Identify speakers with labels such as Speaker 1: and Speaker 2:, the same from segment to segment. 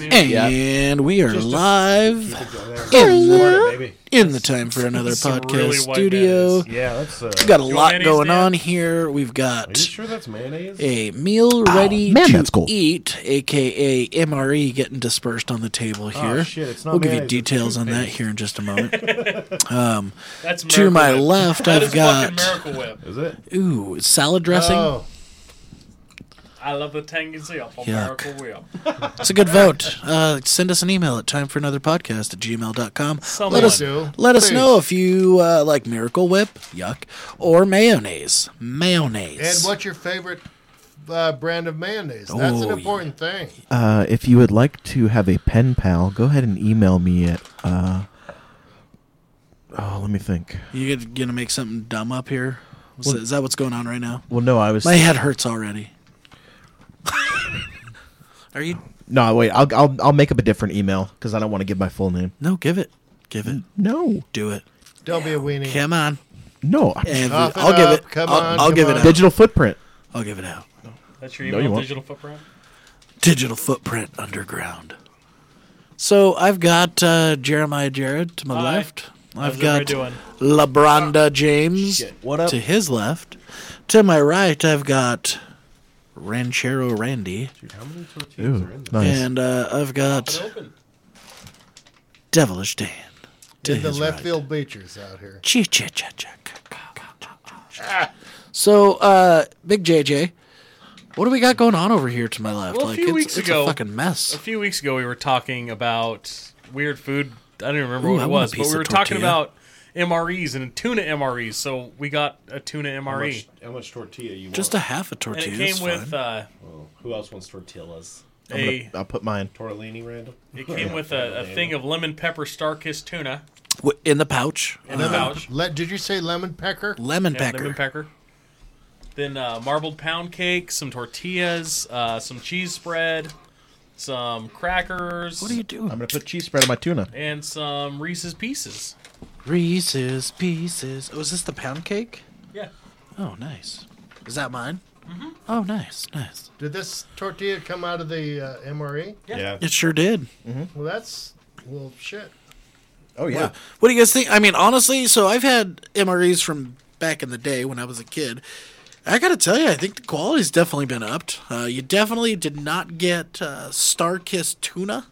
Speaker 1: And we are
Speaker 2: Just a-
Speaker 1: live in
Speaker 2: Hello.
Speaker 1: the, in the time for another
Speaker 3: some
Speaker 1: podcast
Speaker 3: really white
Speaker 1: studio.
Speaker 3: mayonnaise.
Speaker 2: Yeah, that's. Uh,
Speaker 1: We've got a
Speaker 3: You want
Speaker 1: lot
Speaker 3: mayonnaise,
Speaker 1: going
Speaker 3: Dan?
Speaker 1: on here. We've
Speaker 2: are you
Speaker 1: got
Speaker 2: sure that's mayonnaise?
Speaker 1: a meal ready
Speaker 4: man,
Speaker 1: to
Speaker 4: that's cool.
Speaker 1: eat, aka MRE, E, getting dispersed on the table
Speaker 3: Oh,
Speaker 1: here.
Speaker 2: Oh, shit, it's not
Speaker 1: we'll give you
Speaker 2: mayonnaise, it's
Speaker 1: details on that
Speaker 2: toothpaste.
Speaker 1: here in just a moment. Um,
Speaker 3: That's
Speaker 1: to
Speaker 3: Miracle
Speaker 1: my
Speaker 3: Whip.
Speaker 1: left,
Speaker 3: That
Speaker 1: I've
Speaker 3: is fucking
Speaker 1: got
Speaker 3: Miracle Whip.
Speaker 2: Is it?
Speaker 1: ooh salad dressing.
Speaker 2: Oh,
Speaker 3: I love the tangency of a
Speaker 1: Yuck.
Speaker 3: Miracle Whip.
Speaker 1: It's a good vote. Uh, send us an email at time for another podcast at gmail.com.
Speaker 3: Someone
Speaker 1: Let us,
Speaker 4: do.
Speaker 1: let us
Speaker 4: Please.
Speaker 1: know if you uh, like Miracle Whip, yuck, or mayonnaise.
Speaker 4: And
Speaker 1: Mayonnaise.
Speaker 4: what's your favorite uh, brand of mayonnaise? That's
Speaker 1: Oh,
Speaker 4: an important thing.
Speaker 5: Uh, if you would like to have a pen pal, go ahead and email me at. Uh, oh, let me think.
Speaker 1: You gonna- gonna make something dumb up here? Is that- is that what's going on right now?
Speaker 5: Well, no, I was.
Speaker 1: My head hurts already. Are you?
Speaker 5: No, wait. I'll I'll, I'll make up a different email because I don't want to give my full name.
Speaker 1: No, give it, give it,
Speaker 5: No,
Speaker 1: do it.
Speaker 4: Don't be a weenie.
Speaker 1: Come on,
Speaker 5: no.
Speaker 1: Every-
Speaker 4: Cough it
Speaker 1: I'll give
Speaker 4: up.
Speaker 1: it.
Speaker 4: Come
Speaker 1: I'll,
Speaker 4: on,
Speaker 1: I'll
Speaker 4: come
Speaker 1: give
Speaker 4: on.
Speaker 1: it out.
Speaker 5: Digital footprint.
Speaker 1: I'll give it out.
Speaker 3: That's your
Speaker 5: No,
Speaker 3: email,
Speaker 5: you won't.
Speaker 3: digital footprint.
Speaker 1: digital footprint underground. So I've got uh, Jeremiah Jarrett to my
Speaker 3: Hi.
Speaker 1: left. I've
Speaker 3: How's
Speaker 1: got
Speaker 3: everybody doing? Ah,
Speaker 1: LaBronda James
Speaker 5: What up?
Speaker 1: to his left. To my right, I've got Ranchero Randy,
Speaker 2: dude, how many tortillas
Speaker 5: Ooh,
Speaker 2: are in there?
Speaker 5: nice.
Speaker 1: and uh, I've got
Speaker 3: Open.
Speaker 1: Devilish Dan. To
Speaker 4: the
Speaker 1: his
Speaker 4: left
Speaker 1: right.
Speaker 4: field bleachers out here.
Speaker 1: Chee- chee- chee- chee- chee-
Speaker 3: Ah.
Speaker 1: So, uh, Big JJ, what do we got going on over here to my left?
Speaker 3: Well, a few
Speaker 1: it's,
Speaker 3: weeks
Speaker 1: it's
Speaker 3: ago-
Speaker 1: a fucking mess.
Speaker 3: A few weeks ago, we were talking about weird food. I don't even remember
Speaker 1: Ooh,
Speaker 3: what
Speaker 1: I
Speaker 3: it
Speaker 1: want a
Speaker 3: was, but
Speaker 1: piece
Speaker 3: we
Speaker 1: of
Speaker 3: were talking
Speaker 1: tortilla.
Speaker 3: about MREs and tuna MREs. So we got a tuna
Speaker 2: How
Speaker 3: MRE,
Speaker 2: much, how much tortilla you want?
Speaker 1: Just a half a
Speaker 3: and
Speaker 1: tortilla.
Speaker 3: it
Speaker 1: is
Speaker 3: came
Speaker 1: fine.
Speaker 3: with uh,
Speaker 2: Well, who else wants tortillas?
Speaker 5: I'm
Speaker 3: a.
Speaker 5: gonna, I'll put mine.
Speaker 2: Tortellini, Randall.
Speaker 3: It came with a, a thing of lemon pepper star kissed tuna
Speaker 1: W- in the pouch.
Speaker 3: and a pouch.
Speaker 4: Le- did you say lemon pecker?
Speaker 1: Lemon
Speaker 3: Yeah,
Speaker 1: pecker.
Speaker 3: lemon pecker. Then uh, marbled pound cake, some tortillas, uh, some cheese spread, some crackers,
Speaker 1: What are you doing?
Speaker 5: I'm gonna put cheese spread on my tuna.
Speaker 3: and some Reese's Pieces.
Speaker 1: Reese's Pieces. Oh, is this the pound cake?
Speaker 3: Yeah.
Speaker 1: Oh, nice. Is that mine?
Speaker 3: Mm-hmm.
Speaker 1: Oh, nice, nice.
Speaker 4: Did this tortilla come out of the uh, MRE?
Speaker 2: Yeah.
Speaker 1: It sure did.
Speaker 4: Well, that's well, shit.
Speaker 5: Oh yeah.
Speaker 1: Wow. What do you guys think? I mean, honestly, so I've had MREs from back in the day when I was a kid. I gotta tell you, I think the quality's definitely been upped. Uh, you definitely did not get uh, Star Kiss tuna.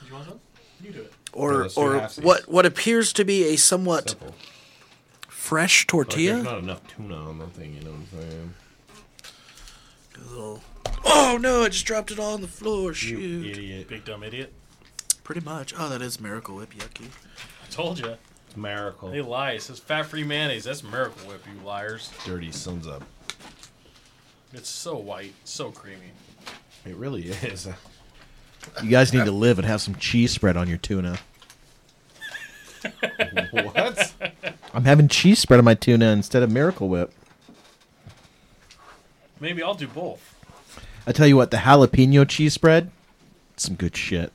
Speaker 3: Did you want some? You do it.
Speaker 1: Or,
Speaker 2: let's do
Speaker 1: or
Speaker 2: halfsies.
Speaker 1: what what appears to be a somewhat
Speaker 2: Simple.
Speaker 1: fresh
Speaker 2: Like, there's
Speaker 1: tortilla.
Speaker 2: not enough tuna on that thing, you know what I'm saying?
Speaker 1: Oh no! I just dropped it all on the floor. Shoot.
Speaker 2: You idiot.
Speaker 3: Big dumb idiot.
Speaker 1: Pretty much. Oh, that is Miracle Whip. Yucky.
Speaker 3: I told you.
Speaker 2: It's miracle.
Speaker 3: They lie. It says fat free mayonnaise. That's Miracle Whip, you liars.
Speaker 2: Dirty sons up.
Speaker 3: It's so white, so creamy.
Speaker 2: It really is.
Speaker 5: You guys need to live and have some cheese spread on your tuna.
Speaker 2: what?
Speaker 5: I'm having cheese spread on my tuna instead of Miracle Whip.
Speaker 3: Maybe I'll do both.
Speaker 5: I tell you what, the jalapeno cheese spread, some good shit.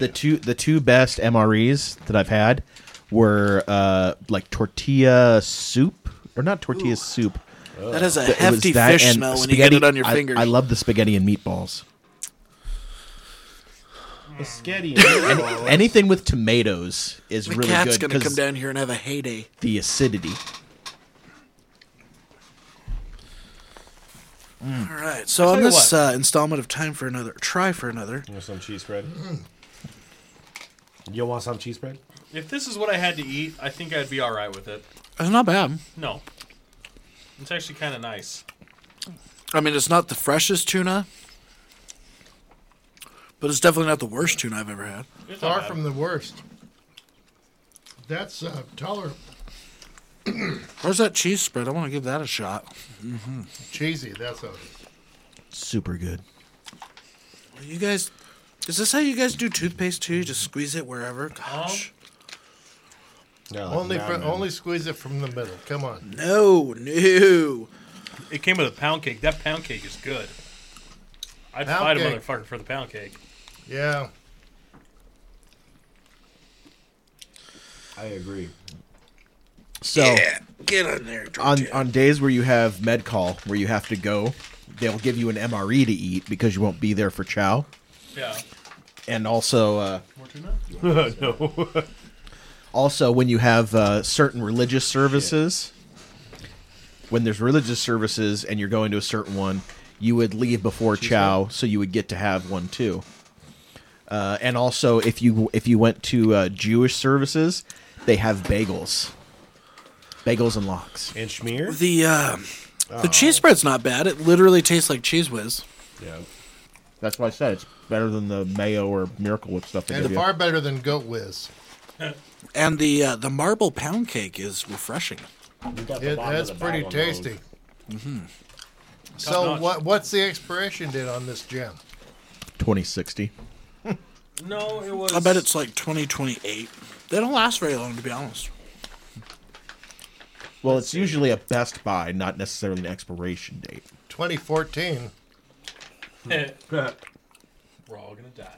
Speaker 5: The two the two best MREs that I've had were uh, like tortilla soup or not tortilla soup.
Speaker 1: That is a
Speaker 5: It was
Speaker 1: hefty
Speaker 5: that
Speaker 1: fish
Speaker 5: and
Speaker 1: smell when you get
Speaker 5: spaghetti.
Speaker 1: it on your
Speaker 5: I-
Speaker 1: fingers.
Speaker 5: I love the spaghetti and meatballs.
Speaker 2: The sketty. and meatballs.
Speaker 5: Anything with tomatoes is
Speaker 1: the
Speaker 5: really
Speaker 1: cat's
Speaker 5: good
Speaker 1: gonna come
Speaker 5: because
Speaker 1: down here and have a heyday.
Speaker 5: the acidity.
Speaker 1: All right. So on
Speaker 3: you
Speaker 1: this
Speaker 3: what.
Speaker 1: uh, installment of Time for Another, try for another.
Speaker 2: You want some cheese spread? You want some cheese spread?
Speaker 3: If this is what I had to eat, I think I'd be all right with it.
Speaker 1: It's not bad.
Speaker 3: No. It's actually kind of nice.
Speaker 1: I mean, it's not the freshest tuna, but it's definitely not the worst tuna I've ever had.
Speaker 3: It's not
Speaker 4: Far
Speaker 3: bad.
Speaker 4: from the worst. That's uh, tolerable.
Speaker 1: Where's that cheese spread? I want to give that a shot.
Speaker 4: Cheesy. That's all.
Speaker 5: Super good.
Speaker 1: You guys, is this how you guys do toothpaste too? You just squeeze it wherever. Gosh.
Speaker 2: Yeah, like
Speaker 4: Only for,
Speaker 2: madmen.
Speaker 4: only squeeze it from the middle. Come on.
Speaker 1: No, no.
Speaker 3: It came with a pound cake. That pound cake is good. I'd
Speaker 4: Pound
Speaker 3: fight a
Speaker 4: cake.
Speaker 3: motherfucker for the pound cake.
Speaker 4: Yeah.
Speaker 2: I agree.
Speaker 5: So
Speaker 1: Get on there.
Speaker 5: on on days where you have med call where you have to go they'll give you an MRE to eat because you won't be there for chow.
Speaker 3: Yeah.
Speaker 5: And also, uh,
Speaker 3: More tuna?
Speaker 5: also when you have uh, certain religious services, when there's religious services and you're going to a certain one, you would leave before chow, so you would get to have one too. Uh, and also, if you if you went to uh, Jewish services, they have bagels, bagels and lox.
Speaker 2: And schmear.
Speaker 1: The uh, the cheese spread's not bad. It literally tastes like cheese whiz.
Speaker 2: yeah.
Speaker 5: That's why I said it's better than the mayo or miracle whip stuff. They
Speaker 4: And
Speaker 5: give you.
Speaker 4: far better than goat whiz.
Speaker 1: And the uh, the marble pound cake is refreshing.
Speaker 2: We got the
Speaker 4: It,
Speaker 2: bottom of
Speaker 4: that's
Speaker 2: the
Speaker 4: pretty
Speaker 2: bottle on those.
Speaker 4: tasty. So
Speaker 1: Mm-hmm.
Speaker 3: Top-notch.
Speaker 4: what? What's the expiration date on this gem?
Speaker 5: 2060.
Speaker 3: No, it was.
Speaker 1: I bet it's like 2028. They don't last very long, to be honest.
Speaker 5: Well, it's usually a best buy, not necessarily an expiration date.
Speaker 4: 2014.
Speaker 3: We're all gonna die.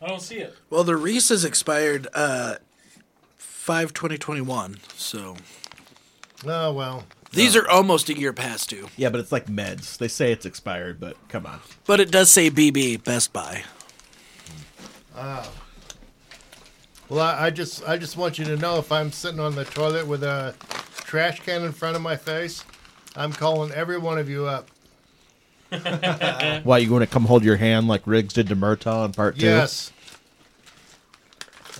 Speaker 3: I don't see it.
Speaker 1: Well, the Reese's expired uh, 5 2021. So
Speaker 4: Oh well.
Speaker 1: these are almost a year past due.
Speaker 5: Yeah, but it's like meds. They say it's expired, but come on.
Speaker 1: But it does say BB, Best Buy.
Speaker 4: Well, I, I just I just want you to know if I'm sitting on the toilet with a trash can in front of my face, I'm calling every one of you up.
Speaker 5: Why you going to come hold your hand like Riggs did to Murtaugh in part two?
Speaker 4: Yes.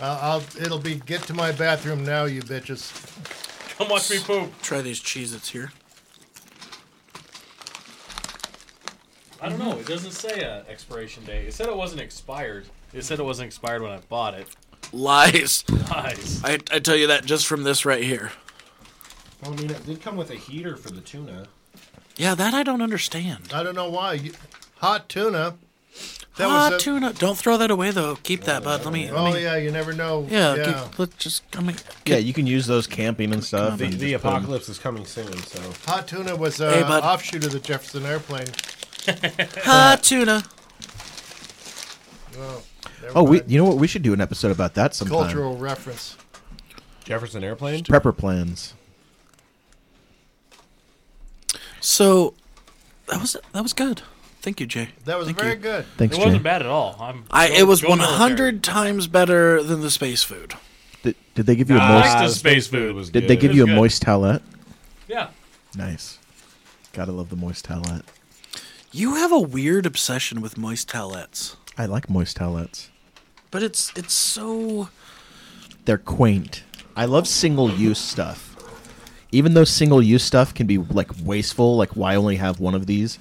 Speaker 4: Uh, I'll, it'll be get to my bathroom now, you bitches.
Speaker 3: Come watch me poop.
Speaker 1: Try these Cheez Its here.
Speaker 3: I don't know. It doesn't say a expiration date. It said it wasn't expired. It said it wasn't expired when I bought it.
Speaker 1: Lies.
Speaker 3: Nice.
Speaker 1: I, I tell you that just from this right here.
Speaker 2: Well, I mean, it did come with a heater for the tuna.
Speaker 1: Yeah, that I don't understand.
Speaker 4: I don't know why. You, hot tuna. That
Speaker 1: ah,
Speaker 4: a-
Speaker 1: tuna. Don't throw that away though. Keep that, bud. Let me. let
Speaker 4: Oh
Speaker 1: me-
Speaker 4: yeah, you never know.
Speaker 1: Yeah. Keep, let just. I mean,
Speaker 5: Yeah, you can use those camping and stuff.
Speaker 2: The,
Speaker 5: and
Speaker 2: the
Speaker 5: just put 'em-
Speaker 2: apocalypse is coming soon, so
Speaker 4: Hot tuna was a
Speaker 1: Hey, bud.
Speaker 4: offshoot of the Jefferson Airplane.
Speaker 1: ha Ah, tuna.
Speaker 4: Oh, never
Speaker 5: Oh, we.
Speaker 4: mind.
Speaker 5: You know what? We should do an episode about that sometime.
Speaker 4: cultural reference.
Speaker 2: Jefferson Airplane.
Speaker 5: prepper plans.
Speaker 1: So that was that was good. Thank you, Jay.
Speaker 4: That was
Speaker 1: Thank
Speaker 4: very
Speaker 1: you.
Speaker 4: good.
Speaker 5: Thanks,
Speaker 3: It
Speaker 5: Jay.
Speaker 3: wasn't bad at all. I'm.
Speaker 1: I
Speaker 3: go-
Speaker 1: it was
Speaker 3: go
Speaker 1: one
Speaker 3: military.
Speaker 1: hundred times better than the space food.
Speaker 5: Did, did they give you a
Speaker 3: Ah,
Speaker 5: moist?
Speaker 3: the space food.
Speaker 2: was
Speaker 5: Did they give
Speaker 3: was
Speaker 5: you a
Speaker 3: good.
Speaker 5: moist towelette?
Speaker 3: Yeah.
Speaker 5: Nice. Gotta love the moist towelette.
Speaker 1: You have a weird obsession with moist towelettes,
Speaker 5: I like moist towelettes.
Speaker 1: but it's it's so
Speaker 5: They're quaint. I love single use stuff. Even though single use stuff can be like wasteful, like why only have one of these?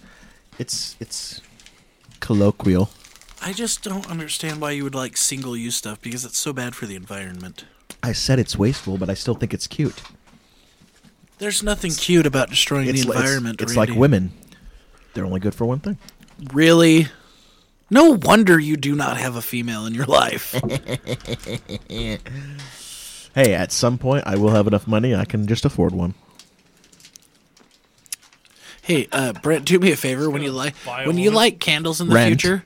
Speaker 5: It's it's colloquial.
Speaker 1: I just don't understand why you would like single use stuff because it's so bad for the environment.
Speaker 5: I said it's wasteful, but I still think it's cute.
Speaker 1: There's nothing cute about destroying
Speaker 5: It's,
Speaker 1: the
Speaker 5: li- it's-
Speaker 1: environment.
Speaker 5: It's, like
Speaker 1: Randy.
Speaker 5: women. They're only good for one thing.
Speaker 1: Really? No wonder you do not have a female in your life.
Speaker 5: Hey, at some point I will have enough money I can just afford one.
Speaker 1: hey, uh, Brent, do me a favor when you like
Speaker 3: buy a
Speaker 1: when you
Speaker 3: woman.
Speaker 1: light candles in the
Speaker 5: Rent.
Speaker 1: future,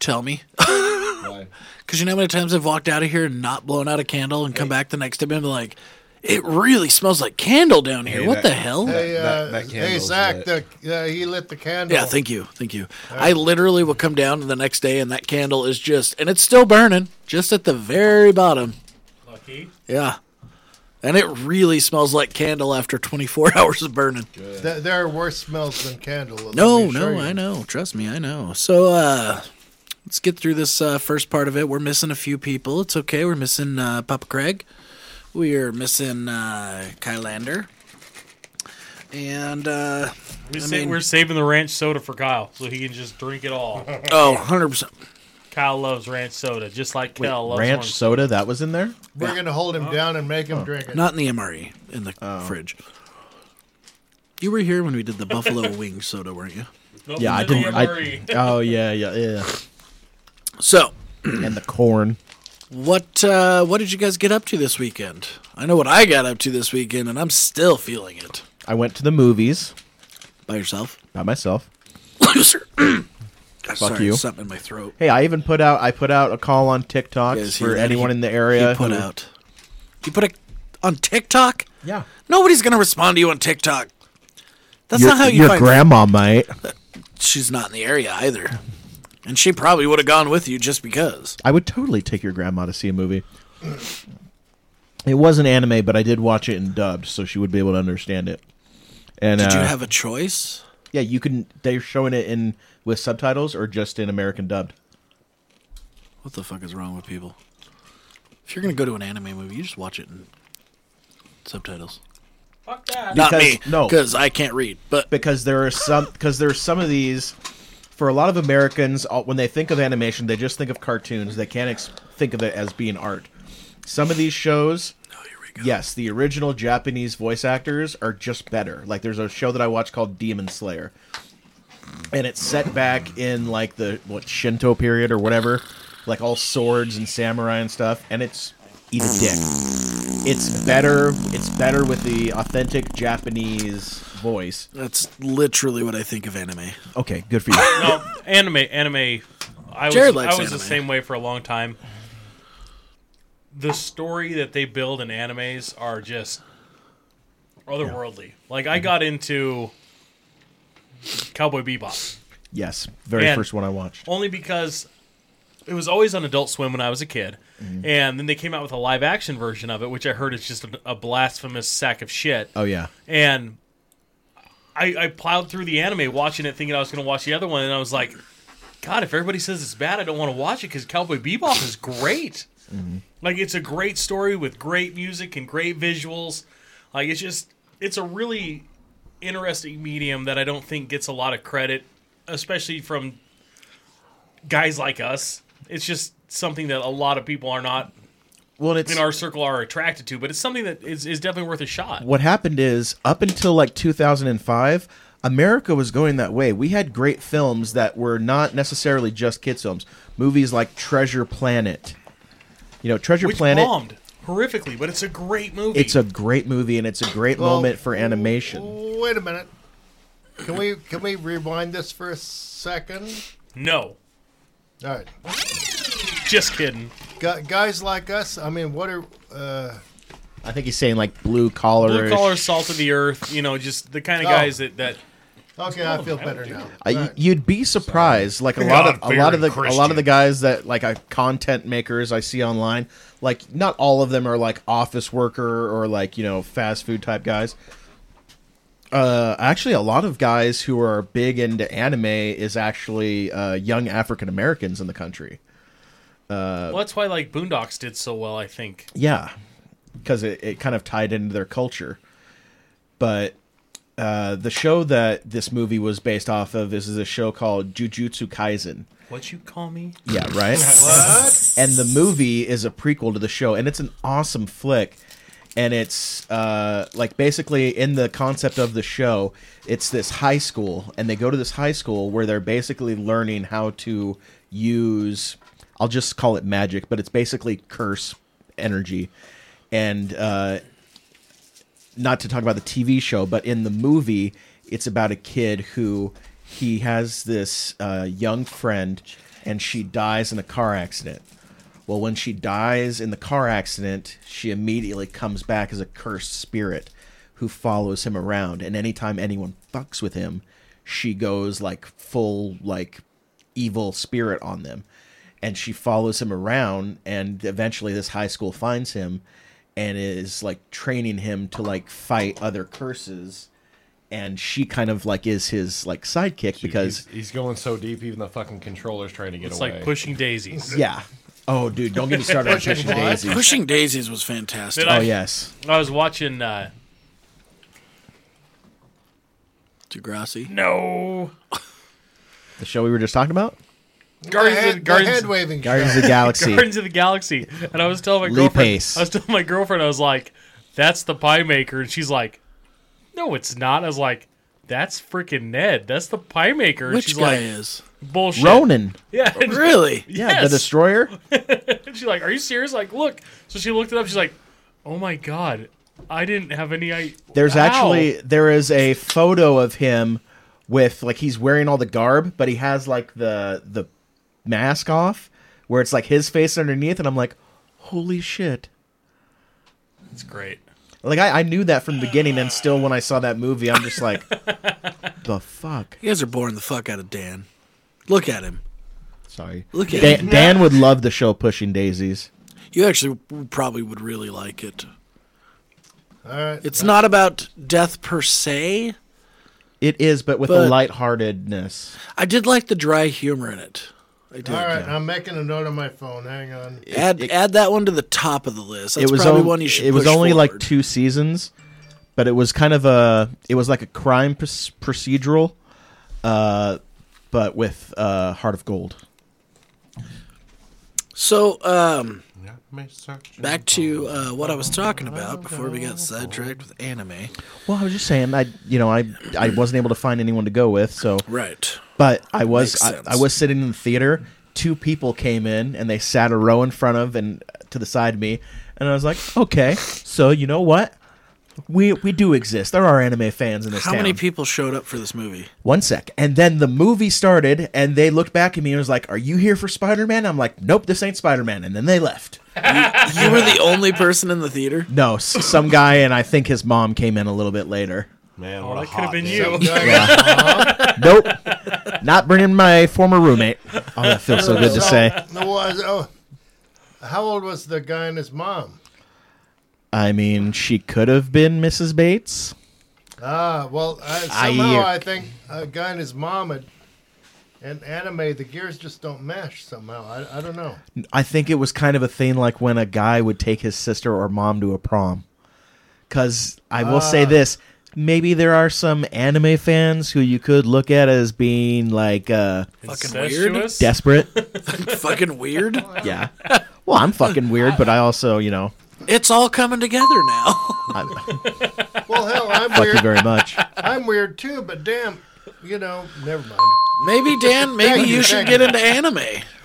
Speaker 1: tell me. Because you know how many times I've walked out of here and not blown out a candle and come back the next day and been like, it really smells like candle down here.
Speaker 2: Hey,
Speaker 1: what
Speaker 2: that-
Speaker 1: the hell?
Speaker 2: that-
Speaker 4: Hey, uh,
Speaker 2: that
Speaker 4: hey
Speaker 2: candle's
Speaker 4: Zach,
Speaker 2: lit.
Speaker 4: the, uh, he lit the candle.
Speaker 1: yeah, thank you. Thank you. I literally will come down the next day and that candle is just, and it's still burning, just at the very bottom.
Speaker 3: Lucky.
Speaker 1: Yeah. And it really smells like candle after 24 hours of burning.
Speaker 4: Th- there are worse smells than candle. let
Speaker 1: No,
Speaker 4: me assure
Speaker 1: no,
Speaker 4: you.
Speaker 1: I know. Trust me, I know. So uh let's get through this uh, first part of it. We're missing a few people. It's okay. We're missing uh, Papa Craig. We are missing uh, Kylander. And uh,
Speaker 3: We
Speaker 1: I
Speaker 3: say,
Speaker 1: mean-
Speaker 3: we're saving the ranch soda for Kyle, so he can just drink it all.
Speaker 1: oh, 100 percent.
Speaker 3: Kyle loves ranch soda, just like Kel loves
Speaker 5: Ranch
Speaker 3: orange
Speaker 5: soda that was in there.
Speaker 4: We're gonna hold him down and make him drink it.
Speaker 1: Not in the MRE, in the
Speaker 4: Oh.
Speaker 1: fridge. You were here when we did the Buffalo Wing soda, weren't you?
Speaker 3: Nope,
Speaker 5: Yeah, I
Speaker 3: it's in
Speaker 5: didn't.
Speaker 3: the
Speaker 5: I,
Speaker 3: MRE.
Speaker 5: oh yeah, yeah, yeah.
Speaker 1: So,
Speaker 5: and the corn.
Speaker 1: what uh, what did you guys get up to this weekend? I know what I got up to this weekend, and I'm still feeling it.
Speaker 5: I went to the movies
Speaker 1: By yourself?
Speaker 5: by myself.
Speaker 1: loser. Sorry,
Speaker 5: you.
Speaker 1: Something in my throat.
Speaker 5: Hey, I even put out I put out a call on TikTok
Speaker 1: Yes, he-
Speaker 5: for anyone
Speaker 1: he-
Speaker 5: in the
Speaker 1: He
Speaker 5: area.
Speaker 1: put
Speaker 5: who-
Speaker 1: out. He put a on TikTok.
Speaker 5: Yeah.
Speaker 1: Nobody's gonna respond to you on TikTok. That's
Speaker 5: your
Speaker 1: not how you
Speaker 5: your
Speaker 1: find.
Speaker 5: grandma might.
Speaker 1: She's not in the area either, and she probably would have gone with you just because.
Speaker 5: I would totally take your grandma to see a movie. It was an anime, but I did watch it in dubbed, so she would be able to understand it. And
Speaker 1: Did you
Speaker 5: uh,
Speaker 1: have a choice?
Speaker 5: Yeah, you can. They're showing it in with subtitles or just in American dubbed.
Speaker 1: What the fuck is wrong with people? If you're gonna go to an anime movie, you just watch it in subtitles.
Speaker 3: Fuck that.
Speaker 1: not me,
Speaker 5: Because- no.
Speaker 1: because I can't read. But
Speaker 5: because there are some because there are some of these for a lot of Americans uh, when they think of animation they just think of cartoons they can't ex- think of it as being art. Some of these shows
Speaker 1: oh, here we go.
Speaker 5: yes, the original Japanese voice actors are just better. Like there's a show that I watch called Demon Slayer. And it's set back in like the what Shinto period or whatever, like all swords and samurai and stuff, and it's eat a dick. It's better it's better with the authentic Japanese voice.
Speaker 1: that's literally what I think of anime.
Speaker 5: Okay, good for you.
Speaker 3: No, Um, anime, anime. I was,
Speaker 1: Jared likes
Speaker 3: I was the
Speaker 1: anime.
Speaker 3: same way for a long time. The story that they build in animes are just otherworldly. Like
Speaker 1: Mm-hmm.
Speaker 3: I got into Cowboy Bebop
Speaker 5: yes, very
Speaker 3: Man.
Speaker 5: first one I watched.
Speaker 3: only because it was always on Adult Swim when I was a kid,
Speaker 1: Mm-hmm.
Speaker 3: and then they came out with a live action version of it, which I heard is just a, a blasphemous sack of shit.
Speaker 5: Oh yeah,
Speaker 3: and I, I plowed through the anime watching it, thinking I was going to watch the other one, and I was like, God, if everybody says it's bad, I don't want to watch it because Cowboy Bebop is great. Like, it's a great story with great music and great visuals. Like, it's just, it's a really interesting medium that I don't think gets a lot of credit, especially from guys like us. It's just something that a lot of people are not
Speaker 5: well and it's
Speaker 3: in our circle are attracted to, but it's something that is, is definitely worth a shot.
Speaker 5: what happened is up until like 2005 america was going that way we had great films that were not necessarily just kids films movies like treasure planet you know treasure
Speaker 3: which
Speaker 5: planet
Speaker 3: bombed horrifically, but it's a great movie.
Speaker 5: it's a great movie and it's a great
Speaker 4: Well,
Speaker 5: moment for animation
Speaker 4: Wait a minute. Can we can we rewind this for a second?
Speaker 3: no,
Speaker 4: All right.
Speaker 3: just kidding.
Speaker 4: Gu- guys like us, I mean, what are uh,
Speaker 5: i think he's saying like blue collar
Speaker 3: Blue collar, salt of the earth. You know, just the kind of
Speaker 4: Oh.
Speaker 3: guys that that
Speaker 4: Okay, I feel better now.
Speaker 5: I-
Speaker 4: All right.
Speaker 5: you'd be surprised like a lot of a lot of the a lot of the guys that like I content makers I see online like not all of them are like office worker or like you know fast food type guys uh actually a lot of guys who are big into anime is actually uh young African Americans in the country Uh,
Speaker 3: well, that's why like Boondocks did so well. I think
Speaker 5: Yeah, because it, it kind of tied into their culture. But uh, the show that this movie was based off of is a show called Jujutsu Kaisen.
Speaker 3: what you call me.
Speaker 5: Yeah, right. And the movie is a prequel to the show, and it's an awesome flick. And it's uh, like basically in the concept of the show, it's this high school, and they go to this high school where they're basically learning how to use, I'll just call it magic, but it's basically curse energy. And uh, not to talk about the TV show, but in the movie, it's about a kid who he has this uh, young friend, and she dies in a car accident. Well, when she dies in the car accident, she immediately comes back as a cursed spirit who follows him around. And anytime anyone fucks with him, she goes like full, like evil spirit on them. And she follows him around. And eventually, this high school finds him and is like training him to like fight other curses. And she kind of like is his like sidekick because
Speaker 2: he's, he's going so deep, even the fucking controller's trying to get
Speaker 3: It's
Speaker 2: away.
Speaker 3: like pushing daisies.
Speaker 5: yeah. Oh, dude, don't get me started on Pushing Daisy.
Speaker 1: Pushing Daisies was fantastic.
Speaker 3: Did
Speaker 5: Oh
Speaker 3: I-
Speaker 5: yes.
Speaker 3: I was watching. uh
Speaker 1: Degrassi.
Speaker 3: No,
Speaker 5: The show we were just talking about?
Speaker 4: The
Speaker 3: Guardians,
Speaker 4: head,
Speaker 3: of,
Speaker 4: the
Speaker 3: Guardians,
Speaker 4: head waving.
Speaker 5: Guardians
Speaker 4: show.
Speaker 5: of the Galaxy.
Speaker 3: Guardians of the Galaxy, and I was telling my
Speaker 5: Lee
Speaker 3: girlfriend.
Speaker 5: Pace.
Speaker 3: I was telling my girlfriend. I was like, "That's the pie maker," and she's like, "No, it's not." I was like, "That's freaking Ned. That's the pie maker." and
Speaker 1: Which
Speaker 3: she's
Speaker 1: guy
Speaker 3: like,
Speaker 1: is?
Speaker 3: "Bullshit."
Speaker 5: Ronan.
Speaker 3: Yeah. and-
Speaker 1: Really?
Speaker 5: Yeah,
Speaker 3: Yes.
Speaker 5: the destroyer.
Speaker 3: And she's like, "Are you serious?" Like, look. So she looked it up. She's like, "Oh my god, I didn't have any idea."
Speaker 5: There's actually there is a photo of him with like he's wearing all the garb, but he has like the the mask off where it's like his face underneath and I'm like, "Holy shit."
Speaker 3: it's great.
Speaker 5: Like I, I knew that from the beginning, and still when I saw that movie, I'm just like, the fuck.
Speaker 1: You guys are boring the fuck out of Dan. Look at him.
Speaker 5: Sorry.
Speaker 1: Look at
Speaker 5: Dan, Dan would love the show Pushing Daisies.
Speaker 1: You actually probably would really like it.
Speaker 4: All right.
Speaker 1: It's not about death per se.
Speaker 5: It is, but with a
Speaker 1: But-
Speaker 5: lightheartedness.
Speaker 1: I did like the dry humor in it. I did.
Speaker 4: All right. I'm making a note on my phone. Hang on.
Speaker 1: Add add that one to the top of the list. That's
Speaker 5: it was
Speaker 1: probably
Speaker 5: on-
Speaker 1: one you should.
Speaker 5: It was
Speaker 1: push
Speaker 5: only like
Speaker 1: forward.
Speaker 5: two seasons, but it was kind of a. It was like a crime pr- procedural, uh, but with uh, Heart of Gold.
Speaker 1: So um,
Speaker 2: Not my search.
Speaker 1: back to uh, what I was talking about before we got sidetracked with anime.
Speaker 5: Well, I was just saying, I you know, I I wasn't able to find anyone to go with, so
Speaker 1: Right.
Speaker 5: But I was
Speaker 1: Makes
Speaker 5: I,
Speaker 1: sense.
Speaker 5: I was sitting in the theater. Two people came in and they sat a row in front of and to the side of me, and I was like, okay, so you know what? We we do exist. There are anime fans in this
Speaker 1: How
Speaker 5: town.
Speaker 1: many people showed up for this movie?
Speaker 5: One sec, and then the movie started, and they looked back at me and was like, "Are you here for Spider Man?" I'm like, "Nope, this ain't Spider Man." And then they left.
Speaker 1: You were the only person in the theater.
Speaker 5: No, s- some guy and I think his mom came in a little bit later.
Speaker 2: Man,
Speaker 3: Well,
Speaker 2: what
Speaker 3: that
Speaker 2: a
Speaker 3: could have
Speaker 2: hot
Speaker 3: been
Speaker 2: day.
Speaker 3: you.
Speaker 5: Nope, not bringing my former roommate. Oh, that feels so good to say.
Speaker 4: No, was- oh, how old was the guy and his mom?
Speaker 5: I mean, she could have been Mrs. Bates.
Speaker 4: Ah, well, uh,
Speaker 5: I-
Speaker 4: somehow I, think a guy and his mom had, and anime, the gears just don't mesh somehow. I, I don't know.
Speaker 5: I think it was kind of a thing like when a guy would take his sister or mom to a prom. Because I will say this maybe there are some anime fans who you could look at as being like uh,
Speaker 1: Fucking weird.
Speaker 3: Incestuous?
Speaker 5: desperate.
Speaker 1: fucking weird.
Speaker 5: yeah. Well, I'm fucking weird, but I also, you know,
Speaker 1: It's all coming together now.
Speaker 5: I
Speaker 4: Well, hell, I'm
Speaker 5: fuck you
Speaker 4: weird.
Speaker 5: very much.
Speaker 4: I'm weird too, but damn, you know, never mind.
Speaker 1: Maybe Dan, maybe
Speaker 4: Thank you,
Speaker 1: you should
Speaker 4: thank
Speaker 1: get
Speaker 4: you.
Speaker 1: into anime.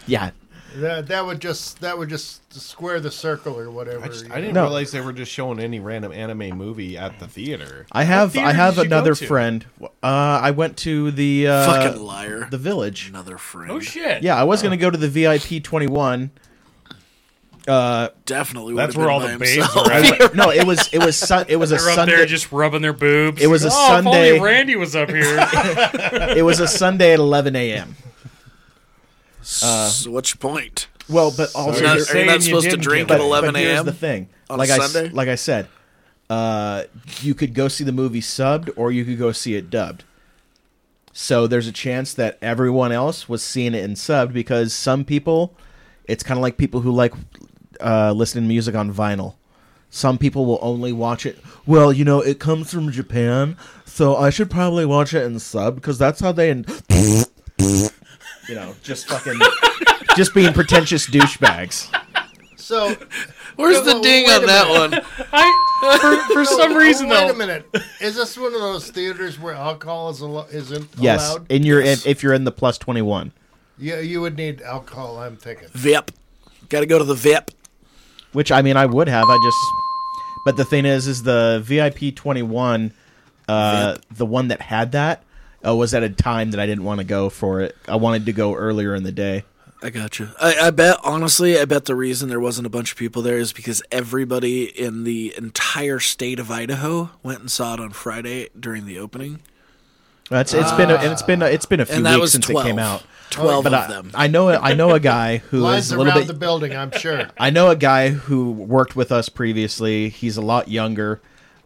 Speaker 5: Yeah.
Speaker 4: That, that would just that would just square the circle or whatever.
Speaker 2: I, just,
Speaker 4: you
Speaker 2: I didn't
Speaker 5: No.
Speaker 2: realize they were just showing any random anime movie at the theater.
Speaker 5: I have
Speaker 3: theater
Speaker 5: I have
Speaker 3: did you go
Speaker 5: another
Speaker 3: to?
Speaker 5: friend. Uh, I went to the uh,
Speaker 1: fucking liar.
Speaker 5: the village.
Speaker 1: Another friend.
Speaker 3: Oh shit!
Speaker 5: Yeah, I was gonna go to the VIP twenty one. Uh,
Speaker 1: Definitely.
Speaker 3: that's
Speaker 1: would've
Speaker 3: where
Speaker 1: been
Speaker 3: all the
Speaker 1: by
Speaker 3: babes
Speaker 1: himself.
Speaker 3: are. at.
Speaker 5: no, it was it was sun, it was a
Speaker 3: They're up
Speaker 5: Sunday.
Speaker 3: there just rubbing their boobs.
Speaker 5: It was a
Speaker 3: oh, If
Speaker 5: Sunday-
Speaker 3: only Randy was up here.
Speaker 5: It was a Sunday at eleven a.m.
Speaker 1: So what's your point?
Speaker 5: Well, but also
Speaker 1: You're not,
Speaker 5: here-
Speaker 1: are you not supposed to drink
Speaker 5: but,
Speaker 1: at 11
Speaker 5: but here's
Speaker 1: a.m.?
Speaker 5: the thing.
Speaker 1: on a
Speaker 5: like I s-
Speaker 1: Sunday?
Speaker 5: like I said, uh, you could go see the movie subbed or you could go see it dubbed. So there's a chance that everyone else was seeing it in subbed because some people, it's kind of like people who like uh, listening to music on vinyl. Some people will only watch it. Well, you know, it comes from Japan, so I should probably watch it in sub because that's how they. In- you know, just fucking, just being pretentious douchebags.
Speaker 4: So
Speaker 1: Where's
Speaker 4: No,
Speaker 1: the
Speaker 4: well,
Speaker 1: ding
Speaker 4: wait
Speaker 1: on
Speaker 4: a
Speaker 1: that
Speaker 4: minute.
Speaker 1: one?
Speaker 3: I, for for some reason
Speaker 4: wait a
Speaker 3: though,
Speaker 4: minute. Is this one of those theaters where alcohol is al- isn't
Speaker 5: Yes,
Speaker 4: allowed?
Speaker 5: in your if you're in the plus twenty one,
Speaker 4: Yeah, you would need alcohol. I'm thinking.
Speaker 1: VIP. Got to go to the VIP.
Speaker 5: which I mean I would have. I just, but the thing is, is the VIP twenty one, uh, the one that had that uh, was at a time that I didn't want to go for it. I wanted to go earlier in the day.
Speaker 1: I got you. I, I bet honestly, I bet the reason there wasn't a bunch of people there is because everybody in the entire state of Idaho went and saw it on Friday during the opening,
Speaker 5: It's, it's been a, and it's been a, it's been a few
Speaker 1: Ah. and that
Speaker 5: weeks
Speaker 1: was
Speaker 5: since
Speaker 1: twelve.
Speaker 5: it came out.
Speaker 1: Twelve
Speaker 5: But
Speaker 1: of
Speaker 5: I,
Speaker 1: them.
Speaker 5: I know a- I know a guy who is
Speaker 4: Lines
Speaker 5: a
Speaker 4: around
Speaker 5: little bit
Speaker 4: the building, I'm sure.
Speaker 5: I know a guy who worked with us previously. He's a lot younger,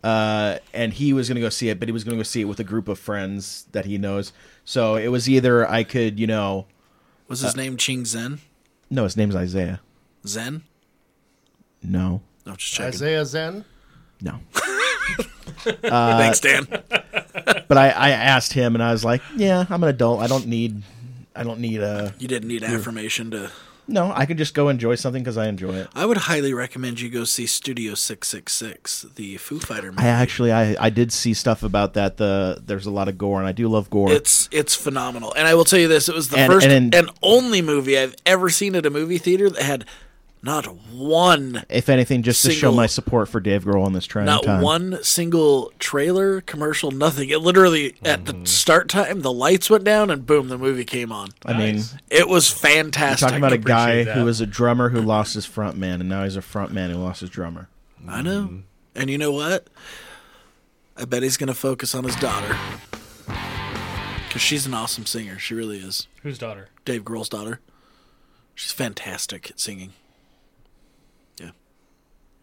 Speaker 5: uh, and he was going to go see it, but he was going to go see it with a group of friends that he knows. So it was either I could, you know,
Speaker 1: was his name Ching Zen?
Speaker 5: no, his name's Isaiah.
Speaker 1: Zen?
Speaker 5: No,
Speaker 1: No, just checking.
Speaker 4: Isaiah Zen.
Speaker 5: no.
Speaker 1: Thanks, Dan.
Speaker 5: But I, I asked him, and I was like, "Yeah, I'm an adult. I don't need, I don't need a
Speaker 1: You didn't need affirmation to.
Speaker 5: no. I can just go enjoy something because I enjoy it."
Speaker 1: I would highly recommend you go see Studio Six Six Six, the Foo Fighter movie.
Speaker 5: I actually, I, I did see stuff about that. The there's a lot of gore, and I do love gore.
Speaker 1: It's it's phenomenal, and I will tell you this: it was the
Speaker 5: And-
Speaker 1: first
Speaker 5: and
Speaker 1: and,
Speaker 5: in-
Speaker 1: only movie I've ever seen at a movie theater that had not one,
Speaker 5: if anything, just to show
Speaker 1: single-
Speaker 5: my support for Dave Grohl in this trying
Speaker 1: not
Speaker 5: time.
Speaker 1: one single trailer, commercial, nothing. It literally at
Speaker 5: Mm-hmm.
Speaker 1: the start time, the lights went down, and boom, the movie came on.
Speaker 5: I mean,
Speaker 1: It was fantastic.
Speaker 5: talking about a guy
Speaker 3: appreciate that.
Speaker 5: who was a drummer who lost his front man and now he's a front man who lost his drummer
Speaker 1: I know. And you know what? I bet he's going to focus on his daughter. Because she's an awesome singer. She really is.
Speaker 3: Whose daughter?
Speaker 1: Dave Grohl's daughter. She's fantastic at singing. Yeah.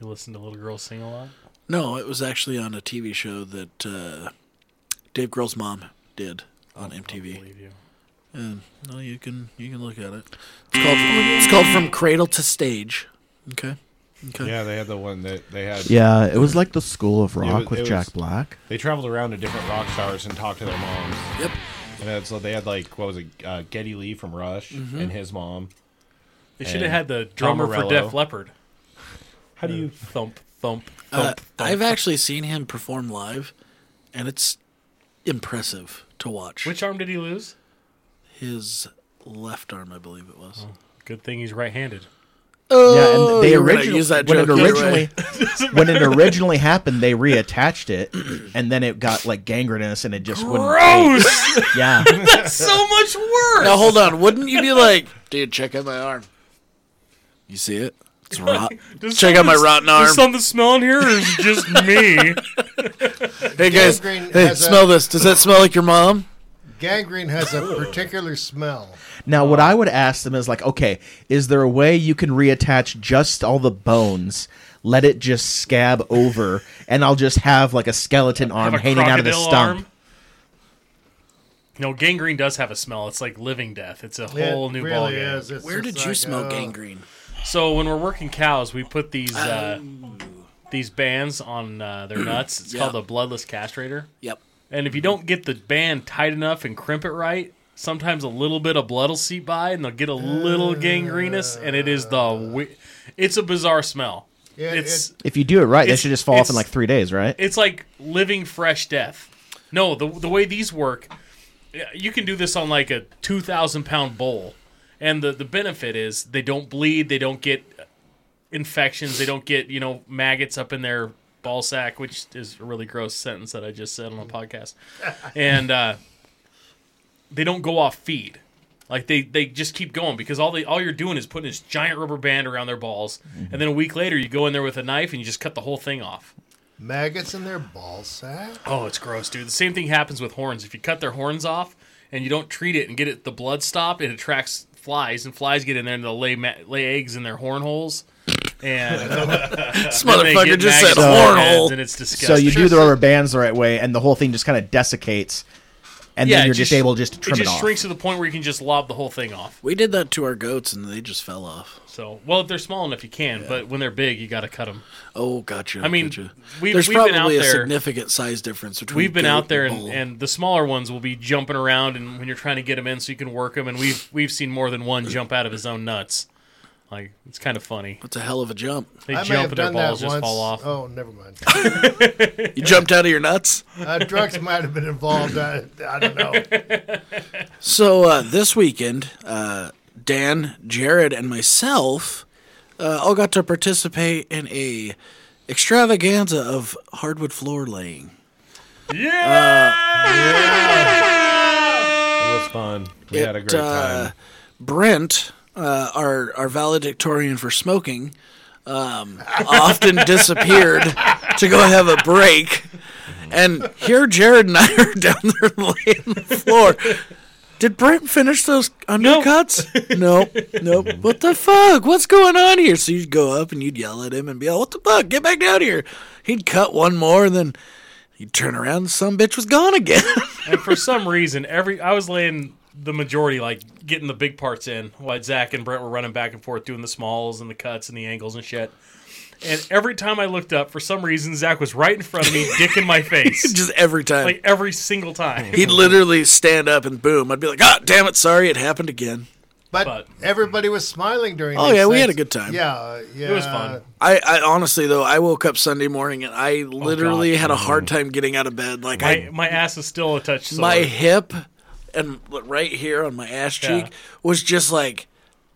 Speaker 3: You listen to little girls sing a lot.
Speaker 1: No, it was actually on a TV show that uh, Dave Grohl's mom did on
Speaker 3: I
Speaker 1: MTV.
Speaker 3: believe you.
Speaker 1: And, no, you can you can look at it. It's called it's called From Cradle to Stage. Okay. Okay.
Speaker 2: Yeah, they had the one that they had.
Speaker 5: Yeah, it was like the School of Rock
Speaker 2: Yeah, it
Speaker 5: with
Speaker 2: was-
Speaker 5: Jack Black.
Speaker 2: They traveled around to different rock stars and talked to their moms.
Speaker 1: Yep.
Speaker 2: And that's, so they had like what was it, uh, Getty Lee from Rush and his mom.
Speaker 3: They should have
Speaker 2: And
Speaker 3: had the drummer for
Speaker 2: Morello.
Speaker 3: Def Leppard.
Speaker 2: How do you?
Speaker 3: Thump thump thump.
Speaker 1: Uh, I've
Speaker 3: thump.
Speaker 1: actually seen him perform live, and it's impressive to watch.
Speaker 3: Which arm did he lose?
Speaker 1: His left arm, I believe it was.
Speaker 3: Good thing he's right-handed. Oh,
Speaker 5: yeah, and they
Speaker 1: Oh, you were gonna
Speaker 5: originally
Speaker 1: use that
Speaker 5: when it
Speaker 1: joke anyway.
Speaker 5: originally when it originally happened, they reattached it, and then it got like gangrenous, and it just wouldn't.
Speaker 3: Gross!
Speaker 5: take- Yeah,
Speaker 3: That's so much worse.
Speaker 1: Now hold on, wouldn't you be like, dude, check out my arm? You see it? It's rot.
Speaker 3: Does
Speaker 1: check out my
Speaker 3: something-
Speaker 1: rotten
Speaker 3: There's
Speaker 1: arm.
Speaker 3: something smelling here, or is it just me?
Speaker 1: Hey guys,
Speaker 4: Gangrene
Speaker 1: hey,
Speaker 4: has a-
Speaker 1: smell this. Does that smell like your mom?
Speaker 4: Gangrene has a particular smell.
Speaker 5: Now, what I would ask them is like, okay, is there a way you can reattach just all the bones? Let it just scab over, and I'll just have like a skeleton arm
Speaker 3: Have a
Speaker 5: hanging out of the
Speaker 3: crocodile
Speaker 5: stump.
Speaker 3: arm? No, gangrene does have a smell. It's like living death. It's a
Speaker 4: It
Speaker 3: whole new ball
Speaker 4: really
Speaker 3: game.
Speaker 4: is. It's
Speaker 1: Where
Speaker 4: just
Speaker 1: did you
Speaker 4: like,
Speaker 1: smell
Speaker 4: oh.
Speaker 1: gangrene?
Speaker 3: So when we're working cows, we put these uh, these bands on uh, their nuts. It's
Speaker 1: Yeah.
Speaker 3: called the bloodless castrator.
Speaker 1: Yep.
Speaker 3: And if you don't get the band tight enough and crimp it right, sometimes a little bit of blood will seep by, and they'll get a little gangrenous, and it is the wi- it's a bizarre smell.
Speaker 4: Yeah,
Speaker 3: it's
Speaker 4: Uh. it-
Speaker 5: If you do it right, that
Speaker 3: It's-
Speaker 5: should just fall off in
Speaker 3: it's-
Speaker 5: like three days, right?
Speaker 3: it's like living fresh death. No, the the way these work, you can do this on like a two thousand pound bowl, and the the benefit is they don't bleed, they don't get infections, they don't get you know maggots up in their ball sack, which is a really gross sentence that I just said on a podcast, and uh, they don't go off feed. Like they, they just keep going because all they all you're doing is putting this giant rubber band around their balls, and then a week later you go in there with a knife and you just cut the whole thing off.
Speaker 4: maggots in their ball sack.
Speaker 3: Oh, it's gross, dude. The same thing happens with horns. If you cut their horns off and you don't treat it and get it the blood stopped, it attracts flies, and flies get in there and they'll lay ma- lay eggs in their horn holes. And
Speaker 1: This
Speaker 3: then they
Speaker 1: motherfucker
Speaker 3: get
Speaker 1: just said
Speaker 3: maggots in their heads,
Speaker 1: hornhole.
Speaker 3: and it's disgusting.
Speaker 5: so you do the rubber bands the right way, and the whole thing just kind of desiccates, and
Speaker 3: Yeah,
Speaker 5: then
Speaker 3: it
Speaker 5: you're just, able just to trim it,
Speaker 3: just
Speaker 5: off.
Speaker 3: shrinks to the point where you can just lob the whole thing off.
Speaker 1: We did that to our goats and they just fell off.
Speaker 3: So, well, if they're small enough, you can, but when they're big, you got to cut them.
Speaker 1: Oh, gotcha.
Speaker 3: I mean,
Speaker 1: gotcha.
Speaker 3: we've-
Speaker 1: there's
Speaker 3: we've been
Speaker 1: probably
Speaker 3: out
Speaker 1: a
Speaker 3: there-
Speaker 1: significant size difference between.
Speaker 3: We've been
Speaker 1: goat
Speaker 3: out there,
Speaker 1: bull.
Speaker 3: and, and the smaller ones will be jumping around, and when you're trying to get them in, so you can work them, and we've we've seen more than one jump out of his own nuts. Like it's kind of funny.
Speaker 1: it's a hell of a jump.
Speaker 3: They
Speaker 4: I may
Speaker 3: jump
Speaker 4: have
Speaker 3: and their
Speaker 4: done that
Speaker 3: balls
Speaker 4: once.
Speaker 3: just fall off.
Speaker 4: Oh, never mind.
Speaker 1: You jumped out of your nuts.
Speaker 4: Uh, drugs might have been involved. I, I don't know.
Speaker 1: So uh, this weekend, uh, Dan, Jared, and myself uh, all got to participate in a extravaganza of hardwood floor laying.
Speaker 2: It was fun. We had a
Speaker 1: It,
Speaker 2: great time.
Speaker 1: uh, Brent, uh, our our valedictorian for smoking, um, often disappeared to go have a break, and here Jared and I are down there laying on the floor. Did Brent finish those undercuts? No, nope. What the fuck? What's going on here? So you'd go up and you'd yell at him and be like, "What the fuck? Get back down here!" He'd cut one more, and then he'd turn around, and some bitch was gone again.
Speaker 4: Oh.
Speaker 3: And for some reason, every I was laying the majority, like getting the big parts in, while Zach and Brent were running back and forth doing the smalls and the cuts and the angles and shit. And every time I looked up, for some reason, Zach was right in front of me, dick in my face,
Speaker 1: Just every time.
Speaker 3: like every single time.
Speaker 1: He'd literally stand up and boom. I'd be like, ah, damn it, sorry, it happened again.
Speaker 4: But,
Speaker 3: But-
Speaker 4: everybody was smiling during.
Speaker 1: Oh,
Speaker 4: these
Speaker 1: yeah, we had a
Speaker 4: things.
Speaker 1: good time.
Speaker 4: Yeah, uh, yeah.
Speaker 3: It was fun.
Speaker 1: I, I honestly though, I woke up Sunday morning and I literally had a hard time getting out of bed. Like
Speaker 3: My,
Speaker 1: I,
Speaker 3: my ass is still a touch sore.
Speaker 1: my hip and right here on my ass cheek
Speaker 3: Yeah.
Speaker 1: was just like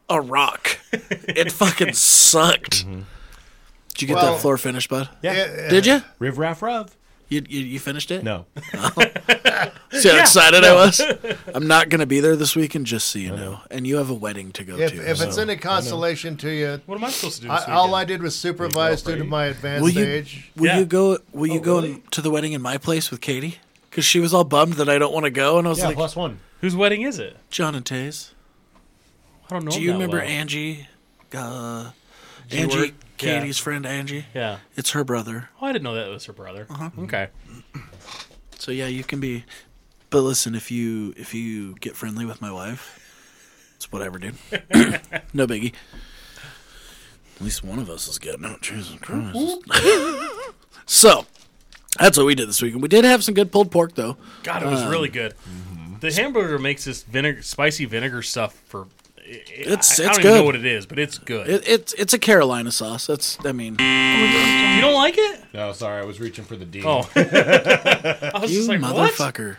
Speaker 1: a rock. it fucking sucked. Did you get
Speaker 4: Well-
Speaker 1: that floor finished, bud?
Speaker 4: Yeah,
Speaker 1: Did you?
Speaker 2: Riv raff ruv.
Speaker 1: You, you, you finished it?
Speaker 2: No.
Speaker 1: See how excited I was? I'm not going to be there this weekend, just so you know. And you have a wedding to go
Speaker 4: If,
Speaker 1: to.
Speaker 4: if
Speaker 1: so-
Speaker 4: it's any consolation to you,
Speaker 3: What am I supposed to do? This
Speaker 4: I, all I
Speaker 3: weekend?
Speaker 4: did was supervise due to
Speaker 2: afraid?
Speaker 4: my advanced
Speaker 1: Will you-
Speaker 4: age.
Speaker 1: will
Speaker 3: Yeah.
Speaker 1: you go? Will you
Speaker 2: Oh,
Speaker 1: go
Speaker 2: really?
Speaker 1: in- to the wedding in my place with Katie? Because she was all bummed that I don't want to go, and I was
Speaker 2: Yeah,
Speaker 1: like,
Speaker 2: plus one.
Speaker 3: Whose wedding is it?
Speaker 1: John and Taze.
Speaker 3: I don't know.
Speaker 1: Do
Speaker 3: him
Speaker 1: you
Speaker 3: that
Speaker 1: remember
Speaker 3: well.
Speaker 1: Angie? Uh,
Speaker 3: G-word?
Speaker 1: Angie,
Speaker 3: Yeah.
Speaker 1: Katie's friend Angie.
Speaker 3: Yeah.
Speaker 1: It's her brother.
Speaker 3: Oh, I didn't know that was her brother. Okay.
Speaker 1: So yeah, you can be. But listen, if you if you get friendly with my wife, it's whatever, dude. no biggie. At least one of us is getting out. Jesus Christ. so that's what we did this weekend. We did have some good pulled pork though.
Speaker 3: God, it was
Speaker 1: Um,
Speaker 3: really good.
Speaker 1: mm-hmm.
Speaker 3: The hamburger makes this vinegar, spicy vinegar stuff for.
Speaker 1: It's-
Speaker 3: I, I
Speaker 1: it's
Speaker 3: don't even know
Speaker 1: good.
Speaker 3: what it is, but it's good.
Speaker 1: It, it's it's a Carolina sauce. That's I mean
Speaker 3: you don't like it?
Speaker 2: No, sorry, I was reaching for the D.
Speaker 3: Oh, I was
Speaker 1: you
Speaker 3: just like, what?
Speaker 1: motherfucker,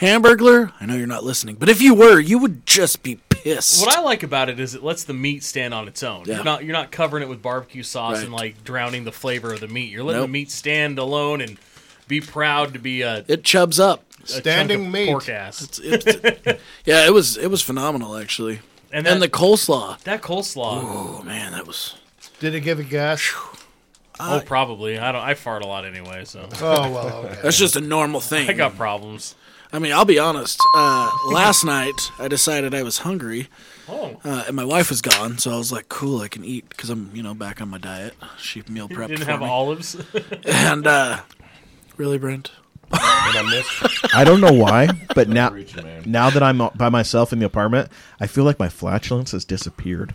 Speaker 1: Hamburglar. I know you're not listening, but if you were, you would just be pissed.
Speaker 3: What I like about it is it lets the meat stand on its own.
Speaker 1: Yeah.
Speaker 3: You're not you're not covering it with barbecue sauce and
Speaker 1: Right.
Speaker 3: like drowning the flavor of the meat. You're letting
Speaker 1: Nope.
Speaker 3: the meat stand alone and be proud to be a,
Speaker 1: it chubs up.
Speaker 3: a
Speaker 4: Standing
Speaker 3: chunk of
Speaker 4: meat.
Speaker 3: pork ass.
Speaker 1: It's- it's- yeah, it was it was phenomenal actually.
Speaker 3: And
Speaker 1: and the
Speaker 3: that-
Speaker 1: coleslaw.
Speaker 3: That coleslaw.
Speaker 1: Oh man, that was
Speaker 4: Did it give a gas?
Speaker 3: Oh, probably. I don't. I fart a lot anyway, so
Speaker 4: Oh well, okay.
Speaker 1: that's just a normal thing.
Speaker 3: I got problems.
Speaker 1: I mean, I'll be honest. Uh, last night I decided I was hungry,
Speaker 3: Oh,
Speaker 1: uh, and my wife was gone, so I was like, "Cool, I can eat" because I'm you know back on my diet. She meal prepped
Speaker 3: didn't
Speaker 1: for
Speaker 3: have
Speaker 1: me.
Speaker 3: olives.
Speaker 1: and uh, really, Brent.
Speaker 2: And I missed
Speaker 5: I don't know why, but now
Speaker 2: reaching, man.
Speaker 5: now that I'm uh, by myself in the apartment, I feel like my flatulence has disappeared.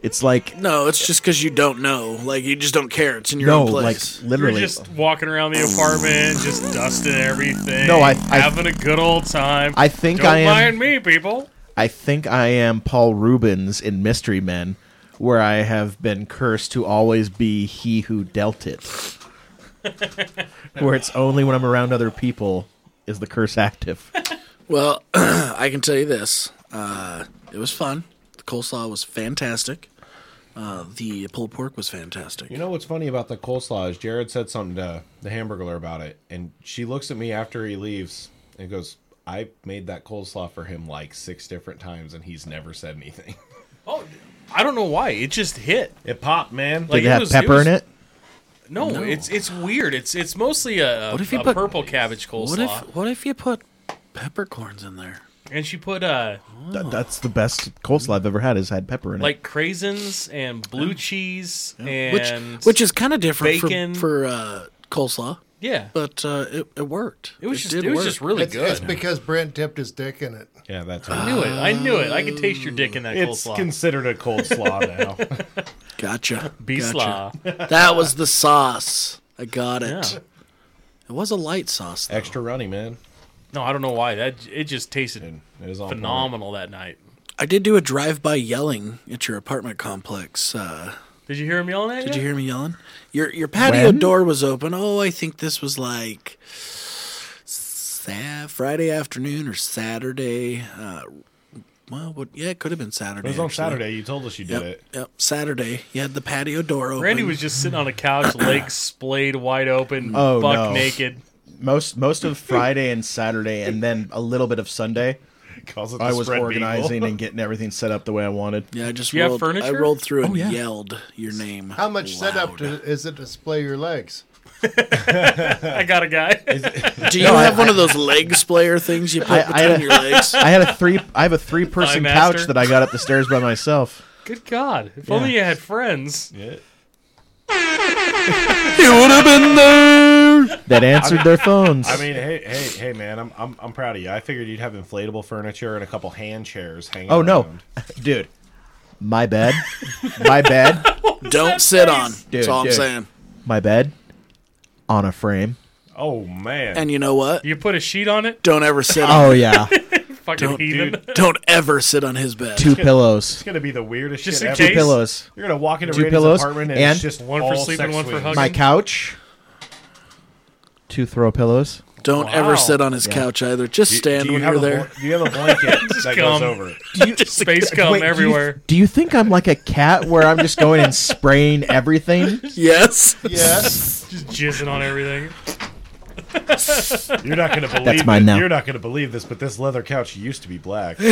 Speaker 5: It's like
Speaker 1: No, it's just because you don't know. Like you just don't care. It's in your
Speaker 5: no,
Speaker 1: own
Speaker 5: like
Speaker 1: place.
Speaker 3: You're
Speaker 5: literally.
Speaker 3: just walking around the apartment, just dusting everything.
Speaker 5: No, I- I-
Speaker 3: having a good old time.
Speaker 5: I think
Speaker 3: Don't
Speaker 5: I am-
Speaker 3: mind me, people.
Speaker 5: I think I am Paul Rubens in Mystery Men, where I have been cursed to always be he who dealt it. where it's only when I'm around other people is the curse active.
Speaker 1: well, I can tell you this. Uh, it was fun. The coleslaw was fantastic. Uh, the pulled pork was fantastic.
Speaker 2: You know what's funny about the coleslaw is Jared said something to the hamburger about it, and she looks at me after he leaves and goes, I made that coleslaw for him like six different times, and he's never said anything.
Speaker 3: Oh, I don't know why. It just hit.
Speaker 2: It popped, man.
Speaker 5: Did
Speaker 3: Like,
Speaker 5: it have
Speaker 3: was-
Speaker 5: pepper
Speaker 3: was-
Speaker 5: in it?
Speaker 3: No, it's it's weird. It's it's mostly a, a,
Speaker 1: What if you
Speaker 3: a
Speaker 1: put-
Speaker 3: purple cabbage coleslaw,
Speaker 1: What if what if you put peppercorns in there?
Speaker 3: and she put uh
Speaker 5: Th- that's the best coleslaw I've ever had. Has had pepper in it.
Speaker 3: like craisins and blue cheese
Speaker 1: which
Speaker 3: and
Speaker 1: which is kind of different
Speaker 3: bacon.
Speaker 1: for, for uh, coleslaw,
Speaker 3: yeah,
Speaker 1: but uh, it, it worked.
Speaker 3: it was just
Speaker 1: did
Speaker 3: it was
Speaker 1: work.
Speaker 3: just really
Speaker 4: it's,
Speaker 3: good.
Speaker 4: it's because Brent dipped his dick in it.
Speaker 2: Yeah, that's
Speaker 3: I knew it. I knew it. I could taste your dick in that
Speaker 2: It's
Speaker 3: coleslaw.
Speaker 2: considered a coleslaw now.
Speaker 1: gotcha. gotcha.
Speaker 3: Beeslaw.
Speaker 1: That was the sauce. I got it.
Speaker 3: Yeah.
Speaker 1: It was a light sauce. Though.
Speaker 2: Extra runny, man.
Speaker 3: No, I don't know why that it just tasted
Speaker 2: And it was on point.
Speaker 3: phenomenal that night.
Speaker 1: I did do a drive-by yelling at your apartment complex. Uh,
Speaker 3: Did you hear him yelling at
Speaker 1: did you
Speaker 3: you?
Speaker 1: hear me yelling? Your your patio
Speaker 5: When?
Speaker 1: door was open. Oh, I think this was like sa- Friday afternoon or Saturday. Uh, well, what, yeah, it could have been Saturday.
Speaker 2: It was on
Speaker 1: actually.
Speaker 2: Saturday. You told us you did
Speaker 1: Yep,
Speaker 2: it.
Speaker 1: yep. Saturday, you had the patio door open.
Speaker 3: Randy was just sitting on a couch, legs splayed wide open,
Speaker 5: Oh,
Speaker 3: buck
Speaker 5: no.
Speaker 3: naked.
Speaker 5: most most of Friday and Saturday, and then a little bit of Sunday.
Speaker 2: Calls it the
Speaker 5: I was
Speaker 2: spread beagle.
Speaker 5: organizing and getting everything set up the way I wanted.
Speaker 1: Yeah, I just
Speaker 3: You have
Speaker 1: rolled, I
Speaker 3: furniture?
Speaker 1: rolled through and
Speaker 5: Oh, yeah.
Speaker 1: yelled your name.
Speaker 4: How much setup
Speaker 1: loud.
Speaker 4: to, is it to splay your legs?
Speaker 3: I got a guy.
Speaker 1: Do you have one of those leg splayer things you put
Speaker 5: I- I
Speaker 1: between
Speaker 5: had a-
Speaker 1: your legs?
Speaker 5: I had a three. I have a three person
Speaker 3: Thigh
Speaker 5: couch
Speaker 3: master.
Speaker 5: that I got up the stairs by myself.
Speaker 3: Good God! If only you had friends.
Speaker 2: Yeah.
Speaker 1: You would have been there.
Speaker 5: That answered their phones.
Speaker 2: I mean, hey, hey, hey, man! I'm, I'm, I'm proud of you. I figured you'd have inflatable furniture and a couple hand chairs hanging.
Speaker 5: Oh no,
Speaker 2: around.
Speaker 5: dude, my bed, my bed,
Speaker 1: Don't sit on. That's
Speaker 5: Dude,
Speaker 1: all I'm
Speaker 5: dude.
Speaker 1: saying.
Speaker 5: my bed, on a frame.
Speaker 2: Oh man!
Speaker 1: And you know what?
Speaker 3: You put a sheet on it.
Speaker 1: Don't ever sit on.
Speaker 5: Oh yeah,
Speaker 3: Fucking heathen.
Speaker 2: dude,
Speaker 1: Don't ever sit on his bed.
Speaker 5: two pillows,
Speaker 2: it's gonna be the weirdest
Speaker 3: Just
Speaker 2: shit
Speaker 3: in
Speaker 2: ever.
Speaker 5: two
Speaker 3: case.
Speaker 5: pillows,
Speaker 2: You're gonna walk into
Speaker 5: Two
Speaker 2: Randy's
Speaker 5: pillows
Speaker 2: apartment and,
Speaker 5: and-
Speaker 2: it's just
Speaker 3: One for
Speaker 2: all
Speaker 3: sleep and
Speaker 2: sex
Speaker 3: one for
Speaker 2: swings.
Speaker 3: hugging.
Speaker 5: my couch, two throw pillows.
Speaker 1: Don't
Speaker 3: Wow.
Speaker 1: ever sit on his couch either. Just stand
Speaker 2: do you
Speaker 1: when
Speaker 2: have
Speaker 1: you're
Speaker 2: a bl-
Speaker 1: there.
Speaker 2: do you have a blanket that
Speaker 3: come.
Speaker 2: goes over it?
Speaker 3: Space gum
Speaker 5: Wait, do you-
Speaker 3: everywhere.
Speaker 5: Do you, think I'm like a cat where I'm just going and spraying everything?
Speaker 1: yes.
Speaker 4: Yes.
Speaker 3: Just jizzing on everything.
Speaker 2: You're not gonna believe
Speaker 5: mine
Speaker 2: it.
Speaker 5: now.
Speaker 2: You're not gonna believe this, but this leather couch used to be black.
Speaker 5: No,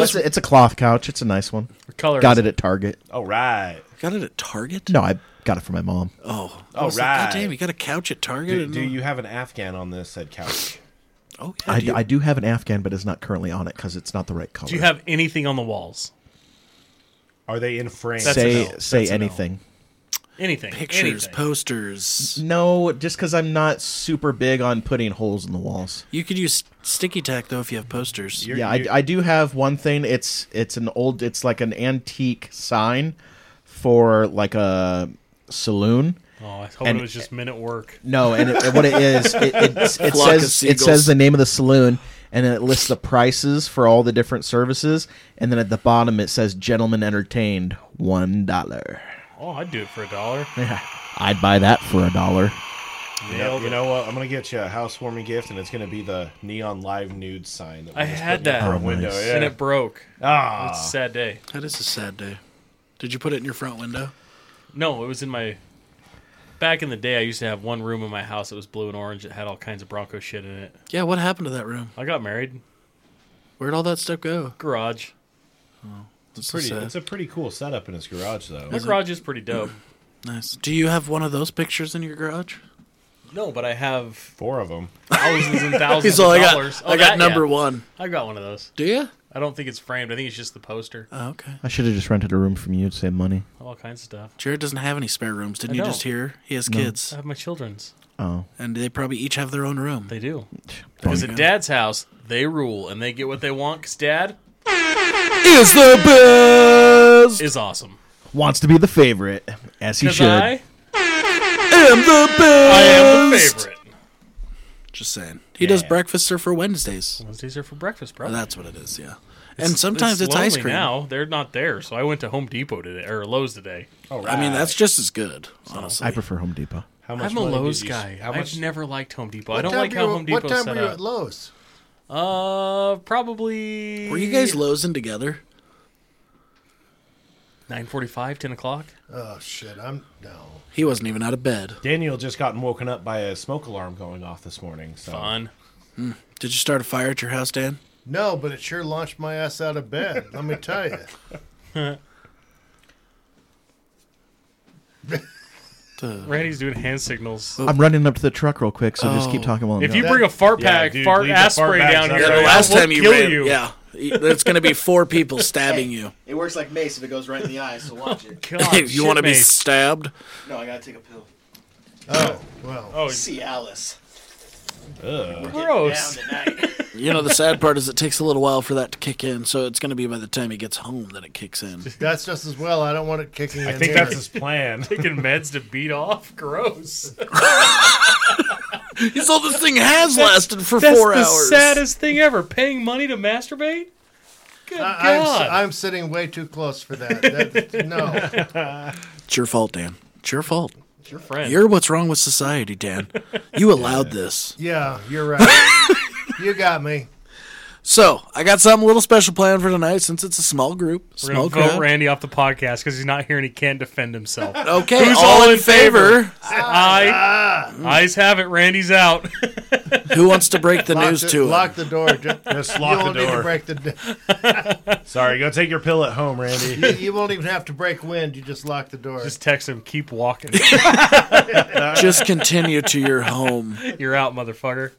Speaker 5: it's a, it's a cloth couch. It's a nice one.
Speaker 3: Color.
Speaker 5: Got it at Target.
Speaker 2: All right.
Speaker 1: Got it at Target?
Speaker 5: No, I got it for my mom.
Speaker 1: Oh.
Speaker 2: Oh,
Speaker 1: I was like,
Speaker 2: right.
Speaker 1: God damn, you got a couch at Target?
Speaker 2: Do,
Speaker 1: And-
Speaker 2: do you have an Afghan on this said couch?
Speaker 1: Oh, yeah.
Speaker 5: I,
Speaker 1: do you-
Speaker 5: I do have an Afghan, but it's not currently on it because it's not the right color.
Speaker 3: Do you have anything on the walls?
Speaker 2: Are they in frame?
Speaker 3: That's
Speaker 5: say
Speaker 3: no.
Speaker 5: say
Speaker 3: That's a no.
Speaker 5: anything?
Speaker 3: Anything?
Speaker 1: pictures,
Speaker 3: anything.
Speaker 2: Mm-hmm.
Speaker 1: posters.
Speaker 5: No, just because I'm not super big on putting holes in the walls.
Speaker 1: You could use sticky tack, though, if you have posters.
Speaker 2: You're-
Speaker 5: yeah,
Speaker 2: you-
Speaker 5: I, I do have one thing. It's it's an old, it's like an antique sign for like a saloon.
Speaker 3: Oh, I was hoping
Speaker 5: And-
Speaker 3: it was just minute work.
Speaker 5: No, and it, what it is, it, it, it
Speaker 1: Flock of
Speaker 5: says it
Speaker 1: seagulls.
Speaker 5: says the name of the saloon, and then it lists the prices for all the different services, and then at the bottom it says "Gentlemen Entertained one dollar."
Speaker 3: Oh, I'd do it for a dollar.
Speaker 5: I'd buy that for a dollar.
Speaker 2: You know, you know what? I'm gonna get you a housewarming gift, and it's gonna be the neon live nude sign. That we
Speaker 3: I
Speaker 2: just
Speaker 3: had
Speaker 2: put in
Speaker 3: that.
Speaker 2: for a
Speaker 3: Oh,
Speaker 2: window.
Speaker 5: nice.
Speaker 2: Yeah.
Speaker 3: And it broke.
Speaker 2: ah,
Speaker 3: It's a sad day.
Speaker 1: That is a sad day. Did you put it in your front window?
Speaker 3: No, it was in my. Back in the day, I used to have one room in my house that was blue and orange. It had all kinds of Bronco shit in it.
Speaker 1: Yeah, what happened to that room?
Speaker 3: I got married.
Speaker 1: Where'd all that stuff go?
Speaker 3: Garage.
Speaker 1: That's
Speaker 2: pretty.
Speaker 1: so sad.
Speaker 2: It's a pretty cool setup in his garage, though.
Speaker 3: My garage is pretty dope.
Speaker 1: nice. Do you have one of those pictures in your garage?
Speaker 3: No, but I have
Speaker 2: Four of them.
Speaker 3: thousands and thousands
Speaker 1: all
Speaker 3: of
Speaker 1: I got.
Speaker 3: dollars.
Speaker 2: Oh,
Speaker 1: I got number
Speaker 3: one.
Speaker 1: one.
Speaker 3: I got one of those.
Speaker 1: Do you?
Speaker 3: I don't think it's framed. I think it's just the poster.
Speaker 1: Oh, okay.
Speaker 5: I should have just rented a room from you to save money.
Speaker 3: All kinds of stuff.
Speaker 1: Jared doesn't have any spare rooms.
Speaker 3: I
Speaker 1: Didn't you
Speaker 3: don't.
Speaker 1: just hear? He has
Speaker 3: I
Speaker 1: kids,
Speaker 3: have my children's.
Speaker 5: Oh,
Speaker 1: and they probably each have their own room.
Speaker 3: They do.
Speaker 5: bummer.
Speaker 3: Because at dad's house, they rule and they get what they want because dad
Speaker 1: is the best.
Speaker 3: is awesome.
Speaker 5: wants to be the favorite as he
Speaker 3: Because
Speaker 5: should.
Speaker 3: I,
Speaker 1: am the best.
Speaker 3: I am the favorite.
Speaker 1: Just saying. He does breakfast for Wednesdays.
Speaker 3: Wednesdays are for breakfast, bro.
Speaker 1: That's what it is. Yeah. and sometimes it's, ice
Speaker 3: lonely
Speaker 1: cream.
Speaker 3: Now they're not there, so I went to Home Depot today or Lowe's today.
Speaker 2: All right.
Speaker 1: I mean, that's just as good, honestly.
Speaker 5: I prefer Home Depot.
Speaker 2: how
Speaker 3: I'm a
Speaker 2: money did
Speaker 3: Lowe's
Speaker 2: you-
Speaker 3: guy.
Speaker 2: How much?
Speaker 3: I've never liked Home Depot. I
Speaker 4: What
Speaker 3: don't
Speaker 4: time
Speaker 3: like
Speaker 4: were
Speaker 3: how
Speaker 4: you-
Speaker 3: Home Depot
Speaker 4: What time
Speaker 3: set
Speaker 4: were you
Speaker 3: up.
Speaker 4: at Lowe's?
Speaker 3: Uh, probably.
Speaker 1: Were you guys losing together?
Speaker 3: 9:45, 10 o'clock?
Speaker 4: Oh shit! I'm no.
Speaker 1: He wasn't even out of bed.
Speaker 2: Daniel just gotten woken up by a smoke alarm going off this morning. So
Speaker 3: Fun.
Speaker 1: Did you start a fire at your house, Dan?
Speaker 4: No, but it sure launched my ass out of bed. Let me tell you.
Speaker 1: The-
Speaker 3: Randy's doing hand signals.
Speaker 5: I'm running up to the truck real quick, so just keep
Speaker 1: Oh.
Speaker 5: talking while I'm
Speaker 3: If you
Speaker 5: gone.
Speaker 3: bring a fart
Speaker 2: Yeah,
Speaker 3: pack,
Speaker 2: dude,
Speaker 3: fart
Speaker 2: leave the
Speaker 3: ass
Speaker 2: fart
Speaker 3: spray
Speaker 2: bags
Speaker 3: down
Speaker 2: up
Speaker 3: here,
Speaker 2: there.
Speaker 1: the
Speaker 2: Yeah,
Speaker 1: last
Speaker 3: I will
Speaker 1: time you
Speaker 3: kill
Speaker 1: ran,
Speaker 3: you.
Speaker 1: yeah, there's going to be four people stabbing you.
Speaker 5: it works like mace if it goes right in the eye, so watch it.
Speaker 3: God,
Speaker 1: if you
Speaker 3: Oh, shit,
Speaker 1: want to be
Speaker 3: mate.
Speaker 1: stabbed,
Speaker 5: No, I gotta take a pill.
Speaker 4: Oh well.
Speaker 3: oh,
Speaker 5: See Alice.
Speaker 2: Ugh.
Speaker 3: gross.
Speaker 1: you know the sad part is it takes a little while for that to kick in. So it's going to be by the time he gets home that it kicks in.
Speaker 4: That's just as well. I don't want it kicking.
Speaker 2: I
Speaker 4: in
Speaker 2: think
Speaker 4: here.
Speaker 2: that's his plan.
Speaker 3: Taking meds to beat off. Gross.
Speaker 1: He's all this thing has lasted for
Speaker 3: That's
Speaker 1: four
Speaker 3: the
Speaker 1: hours.
Speaker 3: saddest thing ever. Paying money to masturbate. Good
Speaker 4: I, am
Speaker 3: God.
Speaker 4: I'm sitting way too close for that. That's, no,
Speaker 1: It's your fault, Dan. It's your fault.
Speaker 3: your friend.
Speaker 1: You're what's wrong with society, Dan. You allowed this.
Speaker 4: yeah, you're right. You got me.
Speaker 1: So I got something a little special planned for tonight since it's a small group,
Speaker 3: We're gonna
Speaker 1: small
Speaker 3: vote
Speaker 1: crowd.
Speaker 3: Randy off the podcast because he's not here and he can't defend himself.
Speaker 1: Okay,
Speaker 3: Who's
Speaker 1: all,
Speaker 3: all
Speaker 1: in
Speaker 3: in favor?
Speaker 1: favor?
Speaker 3: I eyes have it. Randy's out.
Speaker 1: Who wants to break the
Speaker 4: Lock
Speaker 1: news
Speaker 4: the,
Speaker 1: to him?
Speaker 4: lock the door. Just,
Speaker 2: Just
Speaker 4: you
Speaker 2: lock
Speaker 4: won't
Speaker 2: the
Speaker 4: need to
Speaker 2: door.
Speaker 4: break the. d-
Speaker 2: Sorry, go take your pill at home, Randy.
Speaker 4: You won't even have to break wind. You just lock the door.
Speaker 3: Just text him. Keep walking.
Speaker 1: Just continue to your home.
Speaker 3: You're out, motherfucker.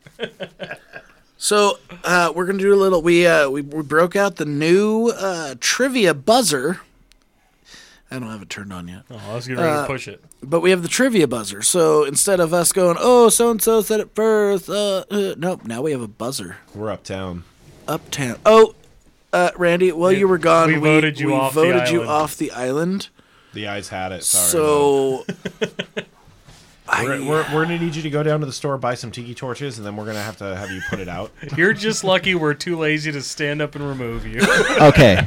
Speaker 1: So uh, we're gonna do a little. We uh, we, we broke out the new uh, trivia buzzer. I don't have it turned on yet,
Speaker 3: Oh, I was getting ready to push it.
Speaker 1: but we have the trivia buzzer. So instead of us going, "Oh, so and so said it first, uh, uh," nope. Now we have a buzzer.
Speaker 2: We're uptown.
Speaker 1: Uptown. Oh, uh, Randy, while you were gone,
Speaker 3: we voted you
Speaker 1: we
Speaker 3: off the
Speaker 1: voted you
Speaker 3: island.
Speaker 1: off the island.
Speaker 2: The eyes had it. Sorry. Mo.
Speaker 1: so I,
Speaker 2: We're, we're, we're gonna need you to go down to the store, buy some tiki torches, and then we're gonna have to have you put it out.
Speaker 3: You're just lucky we're too lazy to stand up and remove you.
Speaker 5: Okay.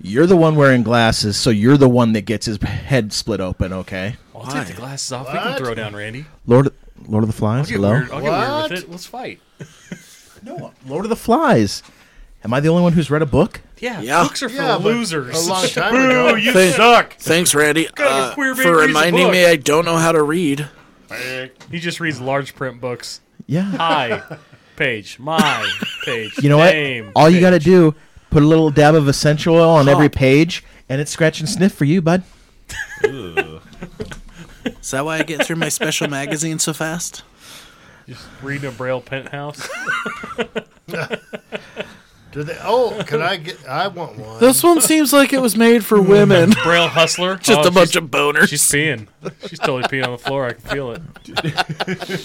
Speaker 5: You're the one wearing glasses, so you're the one that gets his head split open, okay?
Speaker 3: I'll take the glasses off. We can
Speaker 4: What?
Speaker 3: throw down, Randy.
Speaker 5: Lord Lord of the Flies?
Speaker 3: Get
Speaker 5: Hello?
Speaker 3: weird. I'll get weird
Speaker 4: What?
Speaker 3: with it. Let's fight.
Speaker 5: No, Lord of the Flies. Am I the only one who's read a book?
Speaker 3: Yeah,
Speaker 1: Yeah.
Speaker 3: books are for
Speaker 4: Yeah, but
Speaker 3: losers. Oh,
Speaker 4: a long time ago.
Speaker 1: Thank-
Speaker 2: Suck.
Speaker 1: Thanks, Randy,
Speaker 3: Kind of a
Speaker 1: uh,
Speaker 3: queer baby
Speaker 1: for
Speaker 3: reads a
Speaker 1: reminding
Speaker 3: book.
Speaker 1: me I don't know how to read.
Speaker 3: He just reads large print books.
Speaker 5: Yeah.
Speaker 1: Ah,
Speaker 3: Hi, page. My page.
Speaker 5: You know
Speaker 3: name,
Speaker 5: what? All you
Speaker 3: page.
Speaker 5: got to do put a little dab of essential oil on every page, and it's scratch and sniff for you, bud.
Speaker 1: Is that why I get through my special magazine so fast?
Speaker 3: Read a braille penthouse.
Speaker 4: Do they? Oh, can I get? I want one.
Speaker 1: This one seems like it was made for women.
Speaker 3: Braille hustler.
Speaker 1: Just
Speaker 3: Hmm. Oh,
Speaker 1: a bunch
Speaker 3: she's-
Speaker 1: of boners.
Speaker 3: She's peeing. She's totally peeing on the floor. I can feel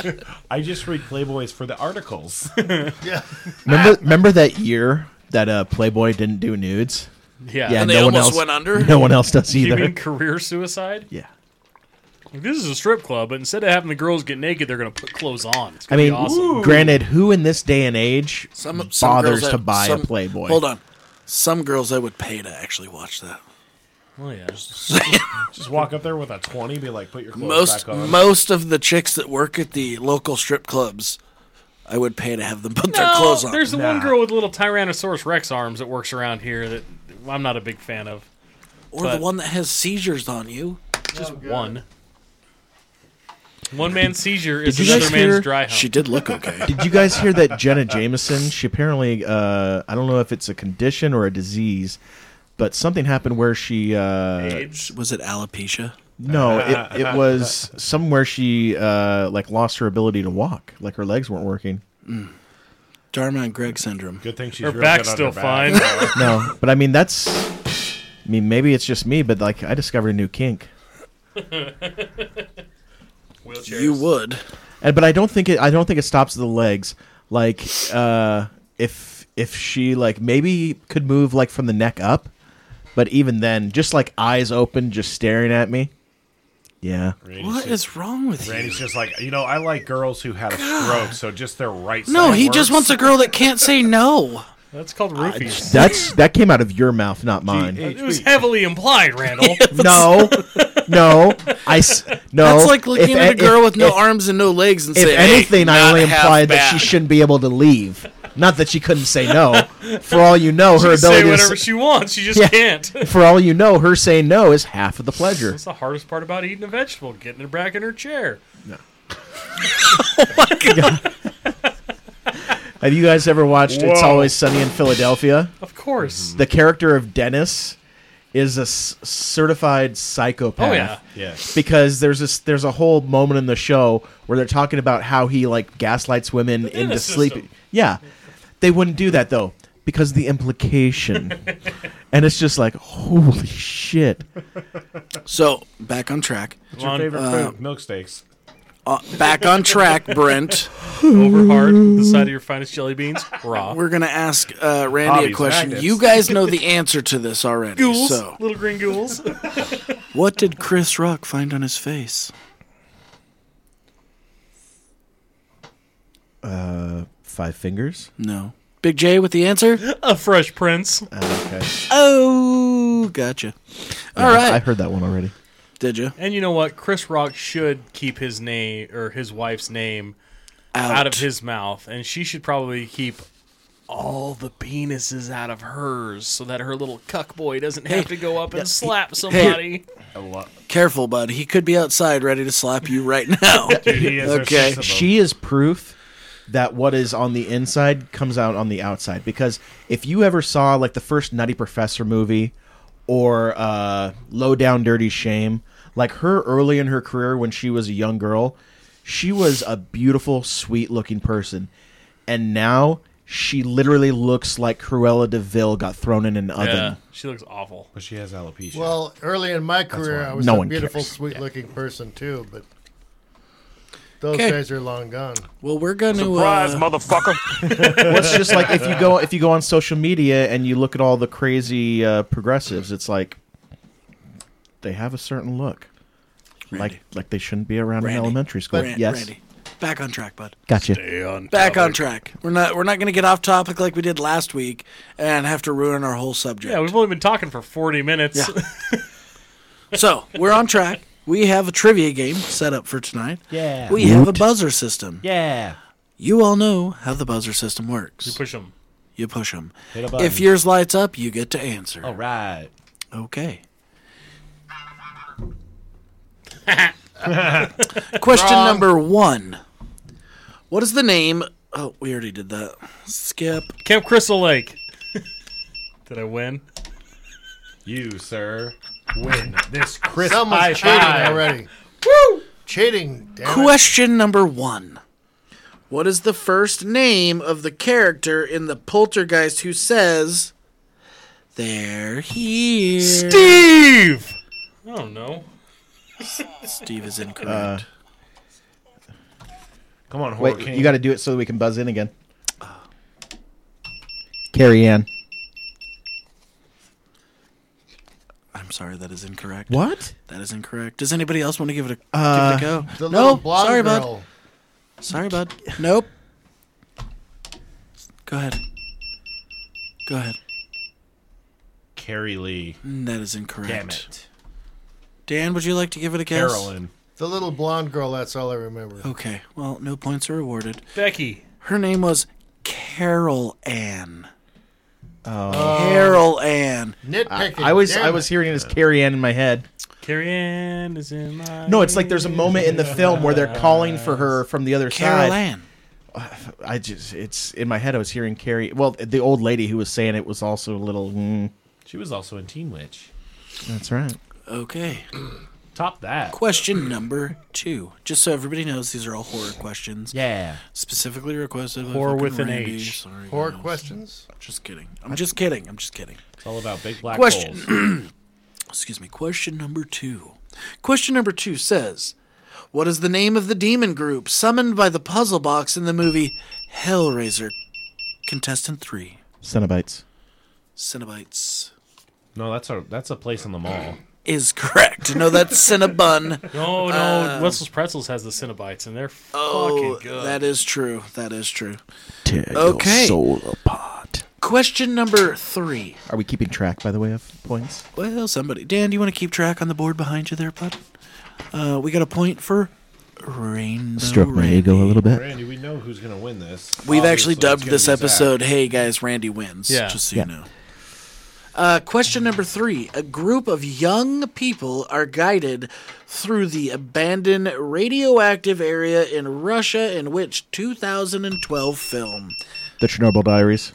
Speaker 3: it.
Speaker 2: I just read Playboys for the articles.
Speaker 4: Yeah.
Speaker 1: Ah.
Speaker 5: Remember, remember that year that uh, Playboy didn't do nudes?
Speaker 3: Yeah.
Speaker 5: Yeah,
Speaker 1: and they
Speaker 5: no one
Speaker 1: almost
Speaker 5: else-
Speaker 1: went under.
Speaker 5: No one else does
Speaker 3: you
Speaker 5: either.
Speaker 3: mean career suicide?
Speaker 5: yeah.
Speaker 3: This is a strip club, but instead of having the girls get naked, they're going to put clothes on. It's
Speaker 5: I
Speaker 3: gonna
Speaker 5: mean,
Speaker 3: be awesome.
Speaker 5: granted, who in this day and age
Speaker 1: Some, some
Speaker 5: bothers
Speaker 1: girls I-
Speaker 5: to buy
Speaker 1: some-
Speaker 5: a Playboy?
Speaker 1: Hold on. Some girls I would pay to actually watch that.
Speaker 3: Well, yeah.
Speaker 2: just walk up there with a twenty, be like, put your clothes
Speaker 1: most
Speaker 2: back on.
Speaker 1: most of the chicks that work at the local strip clubs, I would pay to have them put their clothes on.
Speaker 3: There's the one
Speaker 5: Nah.
Speaker 3: girl with little Tyrannosaurus Rex arms that works around here that I'm not a big fan of.
Speaker 1: or the
Speaker 3: but-
Speaker 1: one that has seizures on you.
Speaker 3: Just one. One man's seizure is
Speaker 5: did you
Speaker 3: another
Speaker 5: guys hear-
Speaker 3: man's dry hump.
Speaker 1: She did look okay.
Speaker 5: Did you guys hear that Jenna Jameson? She apparently, uh, I don't know if it's a condition or a disease, but something happened where she. Uh,
Speaker 1: Was it alopecia?
Speaker 5: no, it, it was somewhere she uh, like lost her ability to walk, like her legs weren't working.
Speaker 1: Dharma and Greg syndrome.
Speaker 2: Good thing she's
Speaker 3: Her
Speaker 2: real
Speaker 3: back's
Speaker 2: good
Speaker 3: still
Speaker 2: on her back.
Speaker 3: fine.
Speaker 5: No, but I mean that's. I mean, maybe it's just me, but like I discovered a new kink,
Speaker 3: Wheelchairs.
Speaker 1: You would.
Speaker 5: and but I don't think it. I don't think it stops the legs. Like uh, if if she like maybe could move like from the neck up, but even then, just like eyes open, just staring at me. Yeah,
Speaker 2: Randy's
Speaker 1: What
Speaker 2: just-
Speaker 1: is wrong with you?
Speaker 2: Randy's just like, you know, I like girls who had a stroke, so just their right
Speaker 1: No,
Speaker 2: side
Speaker 1: he just
Speaker 2: works."
Speaker 1: wants a girl that can't say no.
Speaker 3: That's called roofies.
Speaker 5: that's that came out of your mouth, not mine.
Speaker 3: it was heavily implied, Randall.
Speaker 5: No, no, I s- no.
Speaker 1: That's like looking
Speaker 5: If
Speaker 1: at a
Speaker 5: a-
Speaker 1: girl
Speaker 5: if-
Speaker 1: with no
Speaker 5: if-
Speaker 1: arms and no legs and
Speaker 5: if
Speaker 1: saying, "Hey,
Speaker 5: anything, I
Speaker 1: not
Speaker 5: only
Speaker 1: half
Speaker 5: implied that she
Speaker 1: bad."
Speaker 5: shouldn't be able to leave. Not that she couldn't say no. For all you know, her
Speaker 3: say
Speaker 5: ability to
Speaker 3: whatever
Speaker 5: s-
Speaker 3: she wants. She just
Speaker 5: Yeah.
Speaker 3: can't.
Speaker 5: for all you know, her saying no is half of the pleasure.
Speaker 3: That's the hardest part about eating a vegetable, getting it back in her chair.
Speaker 5: Have you guys ever watched It's
Speaker 2: Whoa.
Speaker 5: Always Sunny in Philadelphia?
Speaker 3: Of course.
Speaker 5: The character of Dennis is a s- certified psychopath.
Speaker 3: Oh, yeah.
Speaker 2: Yeah.
Speaker 5: Because there's this there's a whole moment in the show where they're talking about how he like gaslights women into
Speaker 3: Dennis
Speaker 5: sleeping.
Speaker 3: system.
Speaker 5: Yeah. They wouldn't do that though because of the implication. and it's just like holy shit.
Speaker 1: So back on track.
Speaker 2: What's your
Speaker 3: Ron-
Speaker 2: favorite food? Milksteaks.
Speaker 1: Uh, back on track, Brent.
Speaker 3: Over hard, the side of your finest jelly beans, raw.
Speaker 1: We're gonna ask uh, Randy
Speaker 2: Hobbies,
Speaker 1: a question.
Speaker 2: magnets.
Speaker 1: You guys know the answer to this already.
Speaker 3: Ghouls,
Speaker 1: So,
Speaker 3: little green ghouls.
Speaker 1: what did Chris Rock find on his face?
Speaker 5: Five fingers.
Speaker 1: No. Big J with the answer.
Speaker 3: a fresh prince.
Speaker 5: Okay.
Speaker 1: Oh, gotcha. All right.
Speaker 5: I heard that one already.
Speaker 1: Did you
Speaker 3: And you know what? Chris Rock should keep his name or his wife's name
Speaker 1: out,
Speaker 3: out of his mouth, and she should probably keep all the penises out of hers so that her little cuck boy doesn't have to go up and slap somebody.
Speaker 2: I love.
Speaker 1: Careful, bud. He could be outside ready to slap you right now.
Speaker 2: He is
Speaker 1: Okay.
Speaker 2: okay.
Speaker 5: she is proof that what is on the inside comes out on the outside because if you ever saw like the first nutty professor movie or uh low down dirty shame like her early in her career when she was a young girl she was a beautiful sweet looking person and now she literally looks like Cruella de Vil got thrown in an oven.
Speaker 3: Yeah, she looks awful.
Speaker 2: But she has alopecia.
Speaker 4: Well, early in my career,
Speaker 2: why.
Speaker 4: I was
Speaker 5: No
Speaker 4: a
Speaker 5: one
Speaker 4: beautiful,
Speaker 5: cares.
Speaker 4: sweet-looking person too, but those
Speaker 1: Okay.
Speaker 4: days are long gone.
Speaker 1: well, we're going to
Speaker 6: Surprise,
Speaker 1: uh,
Speaker 6: motherfucker.
Speaker 5: Well, it's just like if you go if you go on social media and you look at all the crazy uh, progressives, it's like they have a certain look,
Speaker 1: Randy.
Speaker 5: like like they shouldn't be around
Speaker 1: Randy.
Speaker 5: in elementary school.
Speaker 1: Ran-
Speaker 5: yes,
Speaker 1: Randy. Back on track, bud.
Speaker 5: gotcha.
Speaker 1: Back on track. We're not. We're not going to get off topic like we did last week and have to ruin our whole subject.
Speaker 3: Yeah, we've only been talking for 40 minutes.
Speaker 1: Yeah. So we're on track. We have a trivia game set up for tonight.
Speaker 2: Yeah.
Speaker 1: We have a buzzer system.
Speaker 2: yeah.
Speaker 1: You all know how the buzzer system works.
Speaker 3: Push them.
Speaker 1: You push them.
Speaker 2: Hit a button. Oh.
Speaker 1: If yours lights up, you get to answer.
Speaker 2: All right.
Speaker 1: Okay. Question
Speaker 4: Wrong.
Speaker 1: number one. What is the name? Oh, we already did that. Skip.
Speaker 3: Camp Crystal Lake. Did I win?
Speaker 2: You, sir.
Speaker 3: Win this.
Speaker 4: Someone's
Speaker 3: high
Speaker 4: cheating
Speaker 3: five.
Speaker 4: already. Woo! Cheating. Damn it.
Speaker 1: Question number one. What is the first name of the character in the Poltergeist who says, "They're here"?
Speaker 3: Steve. I don't know.
Speaker 1: Steve is incorrect.
Speaker 2: Come on, Horror
Speaker 5: Wait,
Speaker 2: King.
Speaker 5: you got to do it so that we can buzz in again. Carrie Ann.
Speaker 1: I'm sorry, that is incorrect.
Speaker 5: What?
Speaker 1: That is incorrect. Does anybody else want to give it a,
Speaker 5: Uh,
Speaker 1: give it a
Speaker 4: The
Speaker 1: go?
Speaker 4: little
Speaker 1: No,
Speaker 4: blonde
Speaker 1: sorry, bud.
Speaker 4: girl.
Speaker 1: Sorry, bud. Nope. Go ahead. Go ahead.
Speaker 2: Carrie Lee.
Speaker 1: That is incorrect.
Speaker 2: Damn it.
Speaker 1: Dan, would you like to give it a guess?
Speaker 2: Carolyn.
Speaker 4: The little blonde girl. That's all I remember.
Speaker 1: Okay. Well, no points are awarded.
Speaker 3: Becky.
Speaker 1: Her name was Carol Ann. Oh. Carol Ann.
Speaker 4: Nitpicking.
Speaker 5: I was
Speaker 4: damn
Speaker 5: I
Speaker 4: it.
Speaker 5: was hearing it as Carrie Ann in my head.
Speaker 3: Carrie Ann is in my.
Speaker 5: No, it's like there's a moment in the film where they're calling for her from the other
Speaker 1: Carol
Speaker 5: side.
Speaker 1: Ann.
Speaker 5: I just it's in my head. I was hearing Carrie. Well, the old lady who was saying it was also a little. Mm,
Speaker 2: She was also in Teen Witch.
Speaker 5: that's right.
Speaker 1: Okay.
Speaker 2: Top that.
Speaker 1: Question number two. Just so everybody knows, these are all horror questions.
Speaker 2: Yeah.
Speaker 1: Specifically requested. by
Speaker 3: Horror
Speaker 1: fucking
Speaker 3: with an
Speaker 1: Randy.
Speaker 3: H.
Speaker 1: Sorry,
Speaker 4: Four
Speaker 1: guys.
Speaker 4: questions.
Speaker 1: Just kidding. I'm just kidding. I'm just kidding.
Speaker 2: It's all about big black
Speaker 1: Question.
Speaker 2: holes.
Speaker 1: Excuse me. Question number two. Question number two says, "What is the name of the demon group summoned by the puzzle box in the movie Hellraiser?" Contestant three.
Speaker 5: Cenobites.
Speaker 1: Cenobites
Speaker 2: No, that's a that's a place in the mall.
Speaker 1: is correct. No, that's Cinnabun.
Speaker 3: No, no. Wetzel's Pretzels has the Cinnabites, and they're
Speaker 1: Uh, Oh,
Speaker 3: fucking good.
Speaker 1: that is true. That is true.
Speaker 5: Tear
Speaker 1: Okay.
Speaker 5: soul apart.
Speaker 1: Question number three.
Speaker 5: Are we keeping track, by the way, of points?
Speaker 1: Well, somebody. Dan, do you want to keep track on the board behind you there, bud? Uh, we got a point for Rainbow
Speaker 5: Stroke my
Speaker 1: Randy.
Speaker 5: ego a little bit.
Speaker 2: Randy, we know who's gonna win this.
Speaker 1: We've
Speaker 2: Obviously,
Speaker 1: actually
Speaker 2: it's
Speaker 1: dubbed
Speaker 2: gonna
Speaker 1: this
Speaker 2: be Zach.
Speaker 1: episode "Hey Guys, Randy Wins."
Speaker 3: Yeah.
Speaker 1: just so
Speaker 5: Yeah.
Speaker 1: you know. Uh, question number three: A group of young people are guided through the abandoned radioactive area in Russia in which 2012 film?
Speaker 5: The Chernobyl Diaries.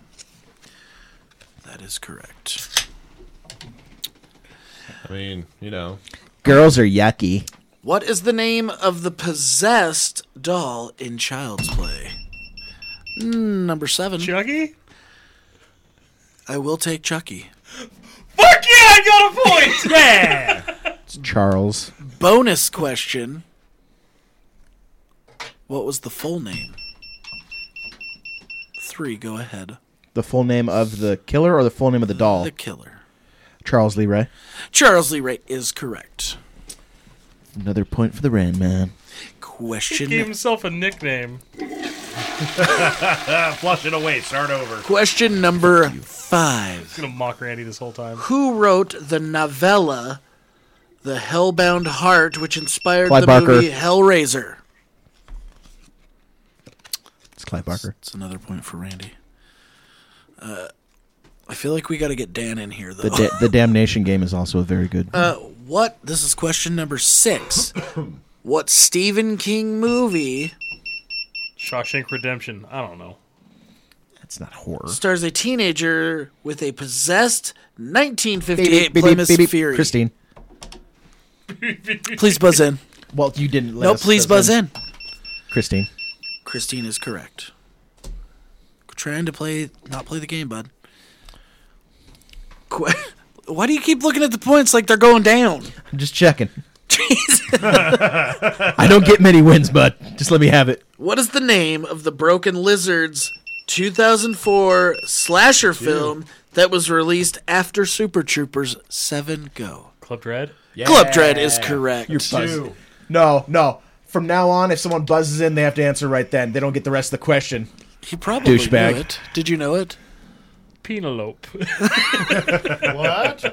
Speaker 1: That is correct.
Speaker 2: I mean, you know,
Speaker 5: Girls are yucky.
Speaker 1: What is the name of the possessed doll in Child's Play? Mm, Number seven.
Speaker 3: Chucky.
Speaker 1: I will take Chucky.
Speaker 3: Fuck yeah! I got a point. yeah.
Speaker 5: It's Charles.
Speaker 1: Bonus question. What was the full name? Three, go ahead.
Speaker 5: The full name of the killer or the full name of the doll?
Speaker 1: The killer.
Speaker 5: Charles Lee Ray.
Speaker 1: Charles Lee Ray is correct.
Speaker 5: Another point for the Rand Man.
Speaker 3: Gave
Speaker 1: Question
Speaker 3: himself a nickname.
Speaker 2: flush it away. Start over.
Speaker 1: question number five.
Speaker 3: gonna mock Randy this whole time.
Speaker 1: Who wrote the novella The Hellbound Heart, which inspired
Speaker 5: Clive
Speaker 1: the
Speaker 5: Barker.
Speaker 1: movie Hellraiser?
Speaker 5: It's Clive Barker.
Speaker 1: It's another point for Randy. Uh, I feel like we got to get Dan in here though.
Speaker 5: The da- the Damnation game is also a very good.
Speaker 1: uh, what? This is question number six. what Stephen King movie
Speaker 3: Shawshank Redemption. I don't know.
Speaker 5: it's not horror.
Speaker 1: stars a teenager with a possessed 1958
Speaker 5: Baby, baby,
Speaker 1: Plymouth
Speaker 5: baby.
Speaker 1: Fury?
Speaker 5: Christine.
Speaker 1: Please buzz in.
Speaker 5: Well, you didn't. Let
Speaker 1: no,
Speaker 5: us
Speaker 1: please buzz in.
Speaker 5: Christine.
Speaker 1: Christine is correct. Trying to play, not play the game, bud. Qu- Why do you keep looking at the points like they're going down?
Speaker 5: I'm just checking.
Speaker 1: Jesus.
Speaker 5: I don't get many wins, bud. Just let me have it.
Speaker 1: What is the name of the Broken Lizards 2004 slasher film that was released after Super Troopers 7 Go?
Speaker 3: Club Dread.
Speaker 1: Club Dread is correct.
Speaker 2: Two.
Speaker 5: No, no. From now on, if someone buzzes in, they have to answer right then. They don't get the rest of the question.
Speaker 1: He probably
Speaker 5: Douchebag.
Speaker 1: knew it. Did you know it?
Speaker 3: Penelope.
Speaker 4: What?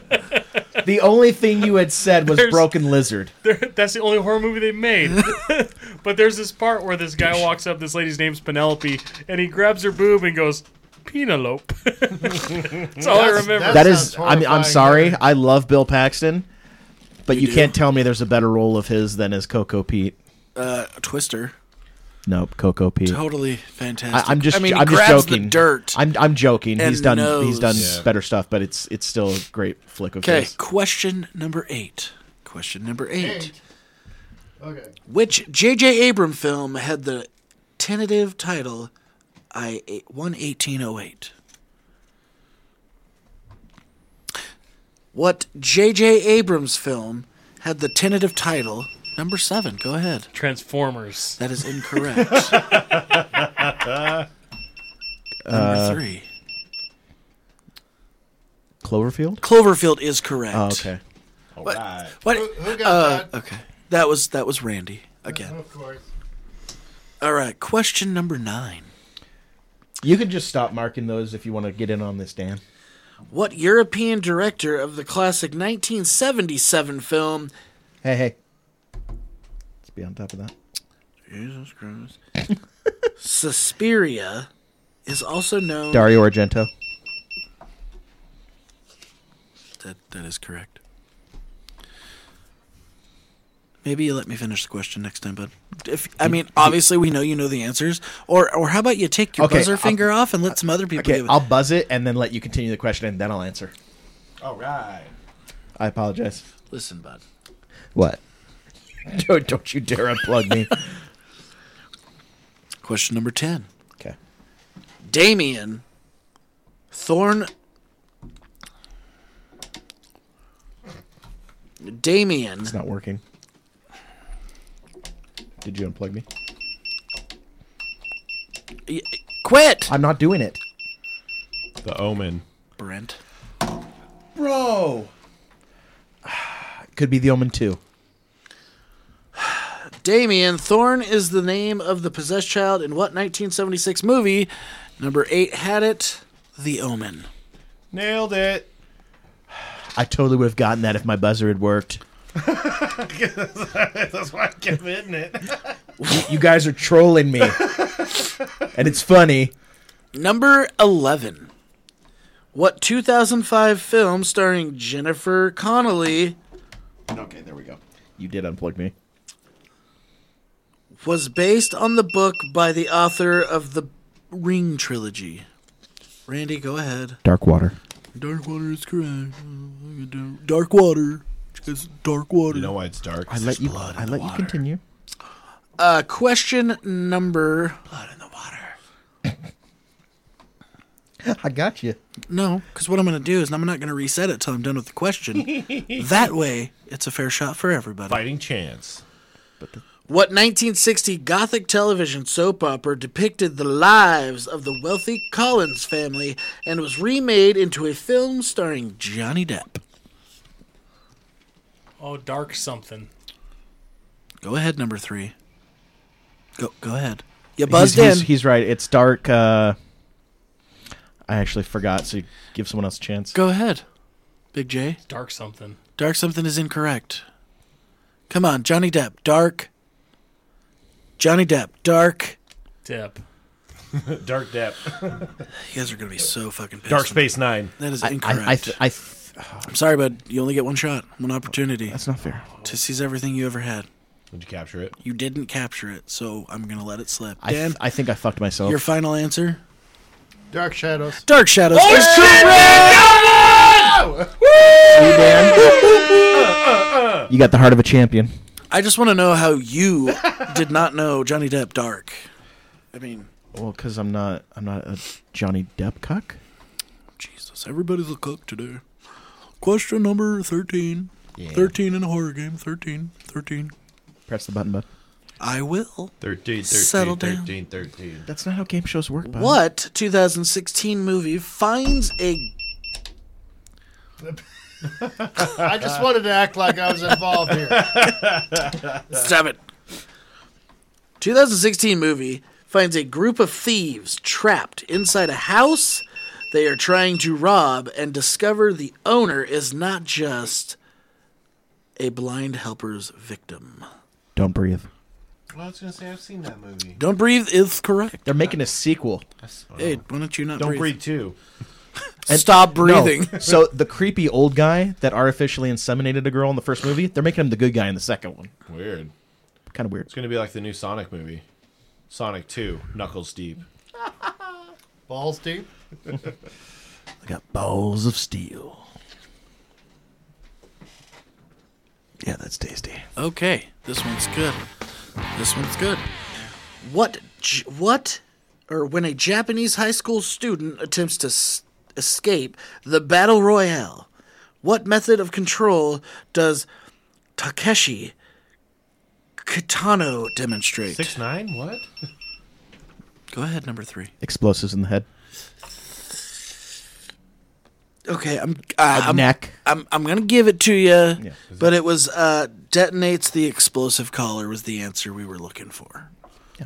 Speaker 5: The only thing you had said was
Speaker 3: There's-
Speaker 5: broken lizard.
Speaker 3: There- That's the only horror movie they made. but there's this part where this guy walks up. This lady's name's Penelope, and he grabs her boob and goes, "Penelope." That's all I
Speaker 4: That's-
Speaker 3: remember.
Speaker 4: that's-
Speaker 5: That is.
Speaker 4: sounds
Speaker 5: I'm. I'm
Speaker 4: horrifying.
Speaker 5: sorry. I love Bill Paxton, But you,
Speaker 1: do?
Speaker 5: can't tell me there's a better role of his than his Coco Pete.
Speaker 1: Uh, Twister,
Speaker 5: Nope, Coco Pete.
Speaker 1: totally fantastic.
Speaker 5: I, I'm just,
Speaker 1: I mean, he
Speaker 5: am
Speaker 1: grabs
Speaker 5: just joking.
Speaker 1: the dirt.
Speaker 5: I'm, I'm joking.
Speaker 1: and
Speaker 5: He's done,
Speaker 1: knows.
Speaker 5: he's done
Speaker 2: Yeah.
Speaker 5: better stuff, but it's, it's still a great flick of
Speaker 1: okay,
Speaker 5: his.
Speaker 1: question number eight. Question number eight.
Speaker 4: Eight. Okay.
Speaker 1: Which J.J. Abram film had the tentative title I 11808? What J.J. Abrams film had the tentative title number seven? Go ahead.
Speaker 3: Transformers.
Speaker 1: That is incorrect. number
Speaker 5: Uh,
Speaker 1: three.
Speaker 5: Cloverfield.
Speaker 1: Cloverfield is correct.
Speaker 5: Oh, okay.
Speaker 2: All right.
Speaker 1: What?
Speaker 4: Who, who got
Speaker 1: Uh,
Speaker 4: that?
Speaker 1: okay. That was that was Randy again.
Speaker 4: Of course.
Speaker 1: All right. Question number nine.
Speaker 5: You can just stop marking those if you want to get in on this, Dan.
Speaker 1: What European director of the classic 1977 film
Speaker 5: Hey, hey. Let's be on top of that.
Speaker 1: Jesus Christ Suspiria is also known
Speaker 5: Dario Argento.
Speaker 1: that that is correct. Maybe you let me finish the question next time, bud. If I mean, obviously we know you know the answers, or or how about you take your
Speaker 5: Okay,
Speaker 1: buzzer
Speaker 5: I'll-
Speaker 1: finger off and let some other people
Speaker 5: Okay,
Speaker 1: give it.
Speaker 5: I'll buzz it and then let you continue the question, and then I'll answer.
Speaker 2: All right.
Speaker 5: I apologize.
Speaker 1: Listen, bud.
Speaker 5: What? don't, don't you dare unplug me.
Speaker 1: Question number ten.
Speaker 5: okay.
Speaker 1: Damien Thorn Damien
Speaker 5: It's not working. Did you unplug me?
Speaker 1: y- quit
Speaker 5: I'm not doing it.
Speaker 2: The Omen.
Speaker 1: Brent
Speaker 5: Bro. Could be the Omen 2.
Speaker 1: Damien Thorn is the name of the possessed child in what 1976 movie number 8 had it The Omen
Speaker 2: Nailed it.
Speaker 5: I totally would have gotten that if my buzzer had worked.
Speaker 2: That's why I kept hitting it.
Speaker 5: You guys are trolling me. and it's funny.
Speaker 1: Number 11 What 2005 film starring Jennifer Connelly
Speaker 5: Okay, there we go. You did unplug me.
Speaker 1: was based on the book by the author of the Ring trilogy. Randy, go ahead.
Speaker 5: Dark water.
Speaker 1: Dark water is correct. Dark water. It's dark water.
Speaker 2: You know why it's dark?
Speaker 5: I let you.
Speaker 1: blood in
Speaker 5: I
Speaker 1: the
Speaker 5: let you
Speaker 1: water.
Speaker 5: continue.
Speaker 1: Uh, question number. Blood in the water.
Speaker 5: I got you.
Speaker 1: No, because what I'm going to do is I'm not going to reset it till I'm done with the question. that way, it's a fair shot for everybody.
Speaker 2: Fighting chance.
Speaker 1: What 1960 Gothic television soap opera depicted the lives of the wealthy Collins family and was remade into a film starring Johnny Depp?
Speaker 3: Oh, dark something.
Speaker 1: Go ahead, number three. Go go ahead. You buzzed
Speaker 5: he's, he's,
Speaker 1: in.
Speaker 5: he's right. It's dark. Uh, I actually forgot. So give someone else a chance.
Speaker 1: go ahead, Big J.
Speaker 3: Dark something.
Speaker 1: Dark something is incorrect. Come on, Johnny Depp. Dark. Johnny Depp. Dark.
Speaker 3: Dip.
Speaker 2: Dark Depth.
Speaker 1: You guys are gonna be so fucking pissed.
Speaker 2: Dark
Speaker 1: when-
Speaker 2: Space Nine.
Speaker 1: That is
Speaker 5: I,
Speaker 1: incorrect. I,
Speaker 5: I, I, th- I th-
Speaker 1: am sorry, bud. You only get one shot, one opportunity
Speaker 5: that's not fair.
Speaker 1: to seize everything you ever had.
Speaker 2: Did you capture it?
Speaker 1: You didn't capture it, so I'm gonna let it slip.
Speaker 5: I,
Speaker 1: Dan,
Speaker 5: th- I think I fucked myself.
Speaker 1: your final answer.
Speaker 4: Dark Shadows.
Speaker 1: Dark Shadows
Speaker 2: Oh,
Speaker 1: is correct.
Speaker 5: You, Dan? You got the heart of a champion.
Speaker 1: I just want to know how you did not know Johnny Depp Dark. I mean,
Speaker 5: Well, because I'm not. I'm not a Johnny Depp cuck.
Speaker 1: Jesus, everybody's a cook today. Question number 13. 13 in a horror game. 13. 13.
Speaker 5: Press the button, bud.
Speaker 1: I will.
Speaker 2: 13, 13,
Speaker 1: Settle down.
Speaker 2: 13, 13.
Speaker 5: That's not how game shows work. Bud.
Speaker 1: What 2016 movie finds a.
Speaker 4: I just wanted to act like I was involved here.
Speaker 1: Stop it. 2016 movie finds a group of thieves trapped inside a house they are trying to rob and discover the owner is not just a blind helper's victim.
Speaker 5: Don't breathe.
Speaker 2: Well, I was going to say, I've seen that movie.
Speaker 1: Don't breathe is correct.
Speaker 5: They're making a sequel.
Speaker 1: Hey, why don't you not
Speaker 2: Don't breathe, too.
Speaker 1: Stop
Speaker 5: No.
Speaker 1: breathing.
Speaker 5: so the creepy old guy that artificially inseminated a girl in the first movie, they're making him the good guy in the second one.
Speaker 2: Weird.
Speaker 5: Kind of weird.
Speaker 2: It's gonna be like the new Sonic movie, Sonic Two, Knuckles Deep.
Speaker 4: Balls deep.
Speaker 5: I got balls of steel. Yeah, that's tasty.
Speaker 1: Okay, this one's good. This one's good. What? J- What? Or when a Japanese high school student attempts to s- escape the battle royale, what method of control does Takeshi Kitano demonstrate?
Speaker 2: Six nine? What?
Speaker 1: Go ahead, number three.
Speaker 5: Explosives in the head,
Speaker 1: Okay, I'm. Uh, I'm,
Speaker 5: neck.
Speaker 1: I'm. I'm gonna give it to you, but it was uh, detonates the explosive collar was the answer we were looking for.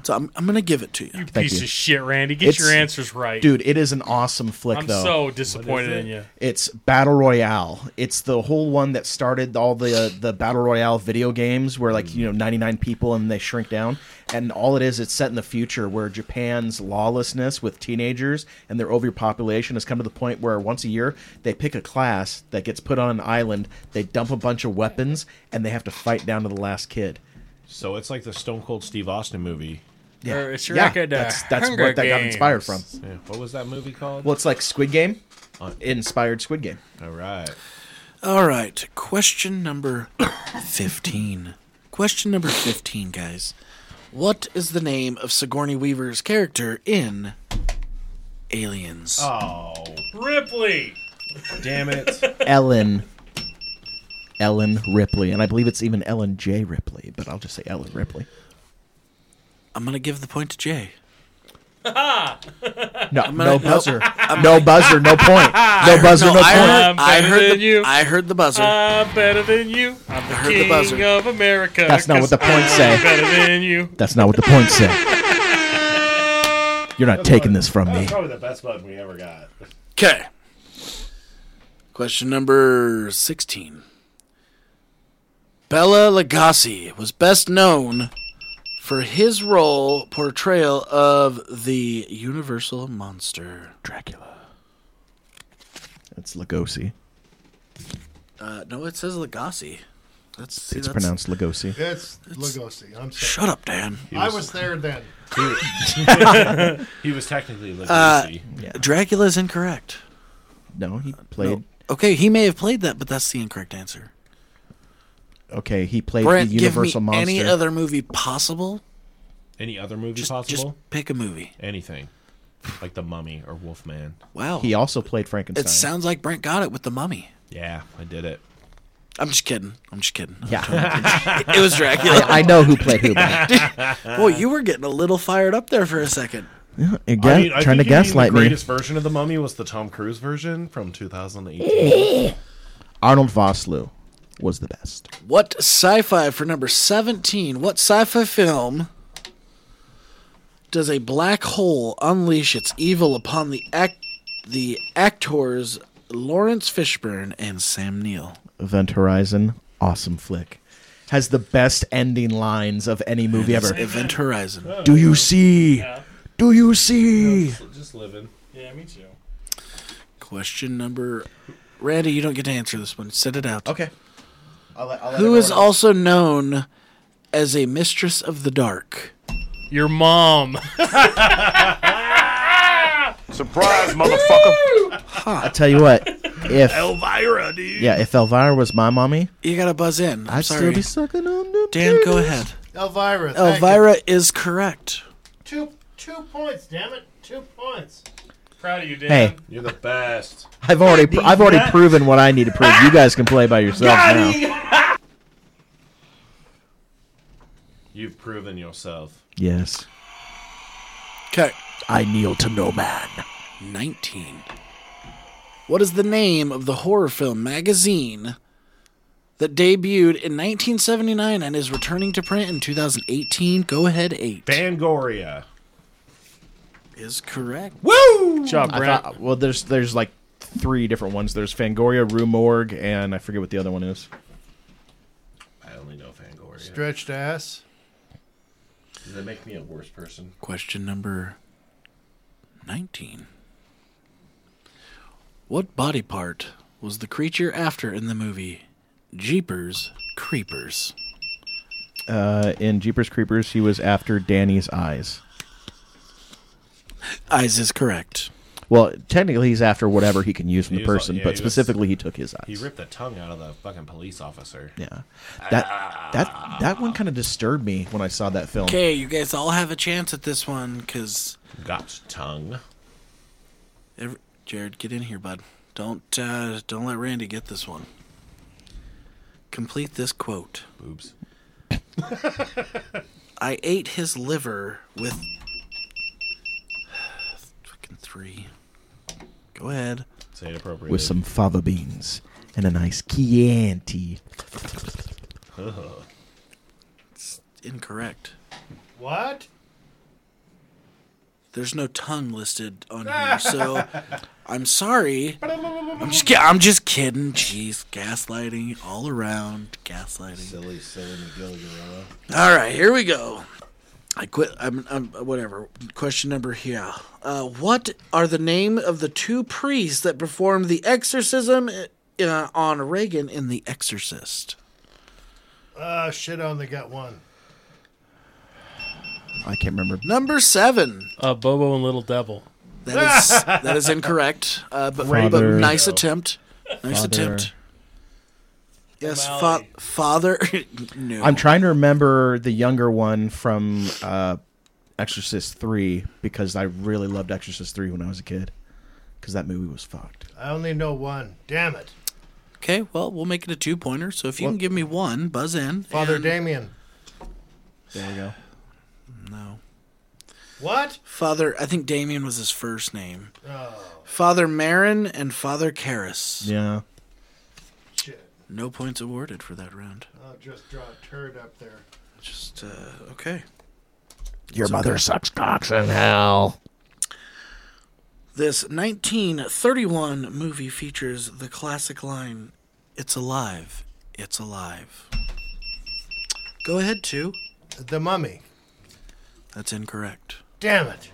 Speaker 1: So I'm. I'm gonna give it to you.
Speaker 3: You
Speaker 5: Thank
Speaker 3: piece
Speaker 5: you.
Speaker 3: of shit, Randy. Get
Speaker 5: It's-
Speaker 3: your answers right.
Speaker 5: dude. It is an awesome flick,
Speaker 3: I'm
Speaker 5: though.
Speaker 3: so disappointed in you.
Speaker 5: It's battle royale. It's the whole one that started all the uh, the battle royale video games, where like you know ninety nine people and they shrink down. And all it is, it's set in the future where Japan's lawlessness with teenagers and their overpopulation has come to the point where once a year they pick a class that gets put on an island. They dump a bunch of weapons and they have to fight down to the last kid.
Speaker 2: So it's like the Stone Cold Steve Austin movie.
Speaker 3: Yeah, or it's your
Speaker 5: yeah,
Speaker 3: record, uh,
Speaker 5: that's that's
Speaker 3: Hunger
Speaker 5: what that got
Speaker 3: Games.
Speaker 5: inspired from.
Speaker 2: Yeah, What was that movie called?
Speaker 5: Well, it's like Squid Game, uh, inspired Squid Game.
Speaker 2: All right.
Speaker 1: All right, question number 15. Question number 15, guys. What is the name of Sigourney Weaver's character in Aliens?
Speaker 3: Ah.
Speaker 2: Oh,
Speaker 3: Ripley.
Speaker 2: damn it!
Speaker 5: Ellen. Ellen Ripley, and I believe it's even Ellen J. Ripley, but I'll just say Ellen Ripley.
Speaker 1: I'm going to give the point to Jay.
Speaker 5: No,
Speaker 1: gonna-
Speaker 5: no buzzer, no buzzer, no point, no buzzer,
Speaker 1: I
Speaker 5: no, point.
Speaker 1: heard,
Speaker 3: I'm
Speaker 1: I
Speaker 3: better
Speaker 1: heard,
Speaker 3: than
Speaker 1: the,
Speaker 3: you.
Speaker 1: I heard the buzzer.
Speaker 3: I'm better than you. I'm the
Speaker 1: the
Speaker 3: king
Speaker 1: buzzer.
Speaker 3: of America.
Speaker 5: That's not what the
Speaker 3: 'cause
Speaker 5: points
Speaker 3: I'm
Speaker 5: say.
Speaker 3: Better than you.
Speaker 5: That's not what the point said. You're not taking this from me.
Speaker 2: probably the best button we ever got.
Speaker 1: Okay. Question number 16. Bella Lugosi was best known for his role portrayal of the Universal Monster.
Speaker 5: Dracula. That's Lugosi.
Speaker 1: Uh, no, it says Lugosi. That's, see, that's-
Speaker 5: It's pronounced Lugosi.
Speaker 4: It's Lugosi. I'm sorry.
Speaker 1: Shut up, Dan.
Speaker 4: I was there then.
Speaker 2: He was technically Lucy.
Speaker 5: Uh,
Speaker 1: Dracula is incorrect.
Speaker 5: No, he played.
Speaker 1: Okay, he may have played that, but that's the incorrect answer.
Speaker 5: Okay, he played
Speaker 1: Brent,
Speaker 5: the
Speaker 1: give me
Speaker 5: Universal Monster.
Speaker 1: any other movie possible.
Speaker 2: Any other movie
Speaker 1: Just,
Speaker 2: possible?
Speaker 1: just pick a movie.
Speaker 2: Anything, like The Mummy or Wolfman.
Speaker 1: Wow.
Speaker 5: he also played Frankenstein.
Speaker 1: it sounds like Brent got it with the mummy.
Speaker 2: Yeah, I did it.
Speaker 1: I'm just kidding. I'm just kidding.
Speaker 5: yeah,
Speaker 1: It was Dracula.
Speaker 5: I know who played who. but-
Speaker 1: Boy, you were getting a little fired up there for a second.
Speaker 5: Again,
Speaker 2: I mean, I
Speaker 5: trying to
Speaker 2: think you mean
Speaker 5: gaslight
Speaker 2: The
Speaker 5: me.
Speaker 2: greatest version of The Mummy was the Tom Cruise version from 2018.
Speaker 5: Arnold Vosloo was the best.
Speaker 1: What sci fi for number 17? What sci fi film does a black hole unleash its evil upon the act the actors Lawrence Fishburne and Sam Neill?
Speaker 5: Event Horizon, awesome flick. Has the best ending lines of any movie ever.
Speaker 1: Event Horizon.
Speaker 5: Do you see? Do you see?
Speaker 2: Just living.
Speaker 3: Yeah, me too.
Speaker 1: Question number Randy, you don't get to answer this one. Set it out.
Speaker 5: Okay. I'll let, I'll let
Speaker 1: Who is
Speaker 5: everyone-
Speaker 1: also known as a mistress of the dark?
Speaker 3: Your mom.
Speaker 6: Surprise, motherfucker.
Speaker 5: I'll tell you what. If
Speaker 2: Elvira, dude.
Speaker 5: yeah, if Elvira was my mommy,
Speaker 1: You gotta buzz in. I'm
Speaker 5: I'd still
Speaker 1: sorry.
Speaker 5: be sucking on the.
Speaker 1: Dan, go ahead.
Speaker 4: Elvira. thank you.
Speaker 1: Elvira Oh, is correct.
Speaker 4: Two two points. Damn it. Two points.
Speaker 3: Proud of you, Dan.
Speaker 5: Hey,
Speaker 2: You're the best.
Speaker 5: I've already pr- I've already proven what I need to prove. You guys can play by yourselves now.
Speaker 2: You've proven yourself.
Speaker 5: Yes,
Speaker 1: Okay.
Speaker 5: I kneel to no man.
Speaker 1: 19. What is the name of the horror film magazine that debuted in 1979 and is returning to print in 2018? Go ahead, 8.
Speaker 2: Fangoria.
Speaker 1: Is correct.
Speaker 3: Good job,
Speaker 5: I
Speaker 3: Brent.
Speaker 5: thought, well, there's there's like three different ones. There's Fangoria, Rue Morgue, and I forget what the other one is.
Speaker 2: I only know Fangoria.
Speaker 4: Stretched ass.
Speaker 2: Does that make me a worse person?
Speaker 1: Question number 19. What body part was the creature after in the movie Jeepers Creepers?
Speaker 5: Uh, in Jeepers Creepers, he was after Danny's eyes.
Speaker 1: Eyes is correct.
Speaker 5: Well, technically, he's after whatever he can use from
Speaker 2: He
Speaker 5: the
Speaker 2: was like-
Speaker 5: person,
Speaker 2: yeah,
Speaker 5: but
Speaker 2: he was-
Speaker 5: specifically, he took his eyes.
Speaker 2: He ripped the tongue out of the fucking police officer.
Speaker 5: yeah,
Speaker 2: Ah.
Speaker 5: that that that one kind of disturbed me when I saw that film.
Speaker 1: Okay, you guys all have a chance at this one because
Speaker 2: Got tongue.
Speaker 1: Jared, get in here, bud. Don't uh, don't let Randy get this one. Complete this quote.
Speaker 2: Boobs.
Speaker 1: I ate his liver with fucking three. Go ahead.
Speaker 2: Say it appropriately.
Speaker 5: With some fava beans and a nice Chianti.
Speaker 1: Incorrect.
Speaker 4: What?
Speaker 1: There's no tongue listed on here, so I'm sorry. I'm just, ki- I'm just kidding. Jeez, gaslighting all around. Gaslighting.
Speaker 2: silly, silly McGill gorilla.
Speaker 1: All right, here we go. I quit. I'm, I'm whatever. Question number here. Uh, what are the name of the two priests that performed the exorcism uh, on Reagan in The Exorcist?
Speaker 4: Oh shit! I only got one.
Speaker 5: I can't remember.
Speaker 1: Number seven.
Speaker 3: Uh, Bobo and Little Devil.
Speaker 1: That is that is incorrect. Uh, but, but
Speaker 5: Father-
Speaker 1: nice attempt. Nice
Speaker 5: Father-
Speaker 1: attempt. Yes, fa- father. no.
Speaker 5: I'm trying to remember the younger one from uh, Exorcist Three because I really loved Exorcist Three when I was a kid because that movie was fucked.
Speaker 4: I only know one. Damn it,
Speaker 1: okay, well, we'll make it a two pointer. So if you can
Speaker 5: What?
Speaker 1: give me one, buzz in.
Speaker 4: Father
Speaker 1: and-
Speaker 4: Damien.
Speaker 5: There we go.
Speaker 1: No.
Speaker 4: What?
Speaker 1: Father, I think Damien was his first name.
Speaker 4: Oh,
Speaker 1: Father Marin and Father Karras.
Speaker 5: Yeah.
Speaker 4: Shit!
Speaker 1: No points awarded for that round.
Speaker 4: I'll just draw a turd up there.
Speaker 1: Just, uh, okay.
Speaker 5: Your mother sucks cocks.
Speaker 1: This 1931 movie features the classic line, It's alive, it's alive. Go ahead, two.
Speaker 4: The Mummy.
Speaker 1: That's incorrect.
Speaker 4: Damn it!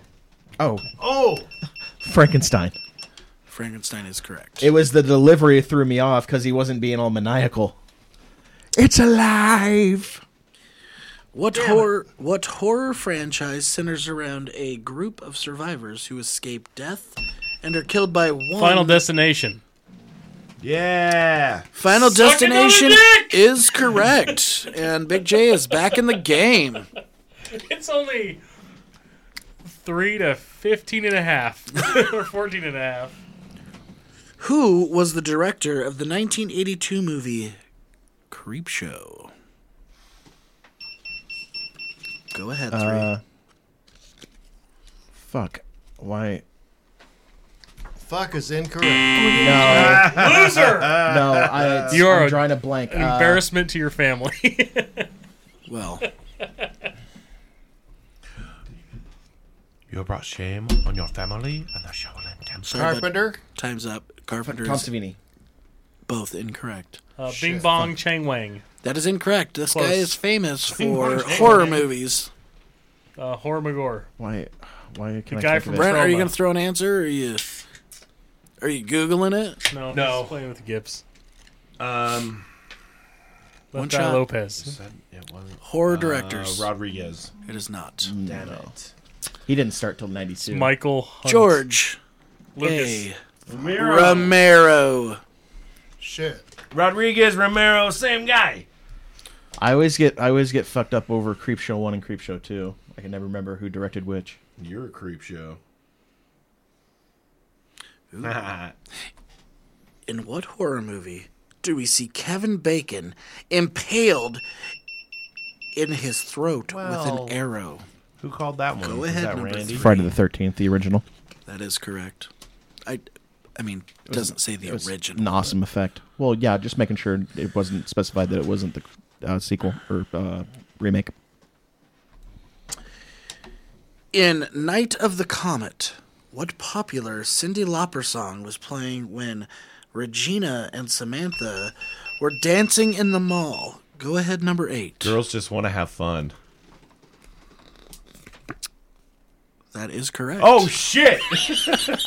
Speaker 5: Oh,
Speaker 4: Oh,
Speaker 5: Frankenstein.
Speaker 1: Frankenstein is correct.
Speaker 5: It was the delivery threw me off because he wasn't being all maniacal. It's alive.
Speaker 1: What horror what horror franchise centers around a group of survivors who escape death and are killed by one
Speaker 3: Final Destination.
Speaker 2: Yeah.
Speaker 1: Final
Speaker 3: Sucking on a
Speaker 1: destination
Speaker 3: dick!
Speaker 1: is correct. and Big J is back in the game.
Speaker 3: It's only three to 15 and a half, or 14 and a half.
Speaker 1: Who was the director of the 1982 movie Creepshow? Go ahead, three.
Speaker 5: Uh, fuck. Why?
Speaker 4: fuck is incorrect.
Speaker 5: No,
Speaker 3: Loser!
Speaker 5: no. I,
Speaker 3: You are
Speaker 5: I'm
Speaker 3: a-
Speaker 5: drawing a blank.
Speaker 3: An
Speaker 5: Uh,
Speaker 3: embarrassment to your family.
Speaker 1: well,
Speaker 2: You brought shame on your family and the Shaolin Temple.
Speaker 1: sorry, bud.
Speaker 4: Carpenter.
Speaker 1: time's up. Carpenter
Speaker 5: Tom
Speaker 1: is
Speaker 5: Savini.
Speaker 1: both incorrect.
Speaker 3: Uh, Bing Bong Chang Wang.
Speaker 1: That is incorrect. This
Speaker 3: Close.
Speaker 1: guy is famous for horror movies.
Speaker 3: Uh, Hormigor.
Speaker 5: Why? Why can
Speaker 3: The guy
Speaker 5: I think
Speaker 3: from
Speaker 5: of it?
Speaker 1: Brent, are you
Speaker 3: Trauma.
Speaker 1: going to throw an answer? Or are you are you googling it?
Speaker 3: No,
Speaker 2: No.
Speaker 3: he's playing with the Gibbs.
Speaker 2: Um,
Speaker 1: One
Speaker 3: Left
Speaker 1: shot.
Speaker 3: Eye Lopez.
Speaker 2: said it wasn't-
Speaker 1: Horror
Speaker 2: uh,
Speaker 1: directors.
Speaker 2: Rodriguez.
Speaker 1: it is not.
Speaker 2: Damn it.
Speaker 5: He didn't start till '92.
Speaker 3: Michael Hunt.
Speaker 1: George
Speaker 3: Lucas.
Speaker 1: A. Romero.
Speaker 4: Shit.
Speaker 2: Rodriguez, Romero, same guy.
Speaker 5: I always get I always get fucked up over Creepshow One and Creepshow Two. I can never remember who directed which.
Speaker 2: You're a creep show.
Speaker 1: In what horror movie do we see Kevin Bacon impaled in his throat
Speaker 2: Well.
Speaker 1: with an arrow?
Speaker 2: Who called that one?
Speaker 1: Go
Speaker 2: Was
Speaker 1: ahead,
Speaker 2: that
Speaker 1: number
Speaker 2: Randy?
Speaker 1: three.
Speaker 5: Friday the Thirteenth, the original.
Speaker 1: That is correct. I, I mean, it doesn't say the
Speaker 5: It was
Speaker 1: original.
Speaker 5: An awesome effect. Well, yeah, just making sure it wasn't specified that it wasn't the uh, sequel or uh, remake.
Speaker 1: In Night of the Comet, what popular Cindy Lauper song was playing when Regina and Samantha were dancing in the mall? Go ahead, number eight.
Speaker 2: Girls just want to have fun.
Speaker 1: That is correct.
Speaker 7: Oh shit!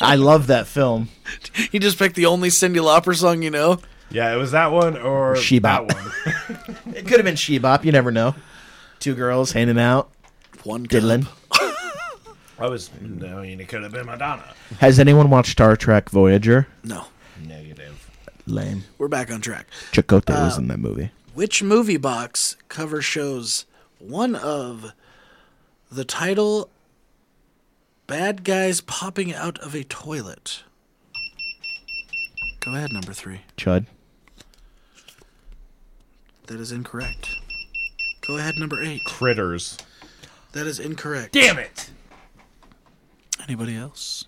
Speaker 5: I love that film.
Speaker 1: you just picked the only Cindy Lauper song you know.
Speaker 7: yeah, it was that one or
Speaker 5: Shebop.
Speaker 7: that one.
Speaker 5: It could have been Shebop. You never know. Two girls hanging out,
Speaker 1: One cup.
Speaker 5: diddling.
Speaker 7: I was. I mean, it could have been Madonna.
Speaker 5: Has anyone watched Star Trek Voyager?
Speaker 1: No,
Speaker 7: Negative.
Speaker 5: Lame.
Speaker 1: we're back on track.
Speaker 5: Chakotay was in that movie.
Speaker 1: Which movie box cover shows one of the title "Bad Guys Popping Out of a Toilet"? Go ahead, number three.
Speaker 5: Chud.
Speaker 1: That is incorrect. Go ahead, number eight.
Speaker 2: Critters.
Speaker 1: That is incorrect.
Speaker 7: Damn it!
Speaker 1: Anybody else?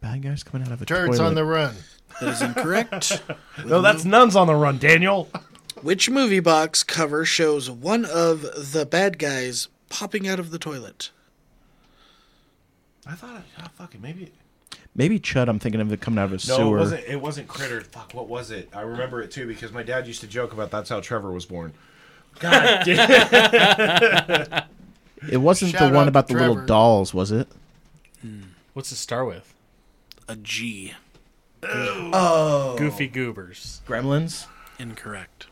Speaker 5: Bad guys coming out of a
Speaker 4: Turds on the run.
Speaker 1: That is incorrect.
Speaker 7: No, that's nuns on the run, Daniel.
Speaker 1: Which movie box cover shows one of the bad guys popping out of the toilet?
Speaker 7: I thought. I, oh, fuck it. Maybe. It,
Speaker 5: Maybe Chud. I'm thinking of it coming out of a
Speaker 2: No,
Speaker 5: sewer.
Speaker 2: it wasn't. It wasn't Critter. Fuck, what was it? I remember it too because my dad used to joke about that's how Trevor was born.
Speaker 7: God damn.
Speaker 5: It wasn't
Speaker 4: Shout
Speaker 5: the one
Speaker 4: out
Speaker 5: about the little
Speaker 4: Trevor.
Speaker 5: dolls, was it?
Speaker 3: What's it start with?
Speaker 1: A G.
Speaker 3: Goofy Goobers.
Speaker 5: Gremlins.
Speaker 1: Incorrect.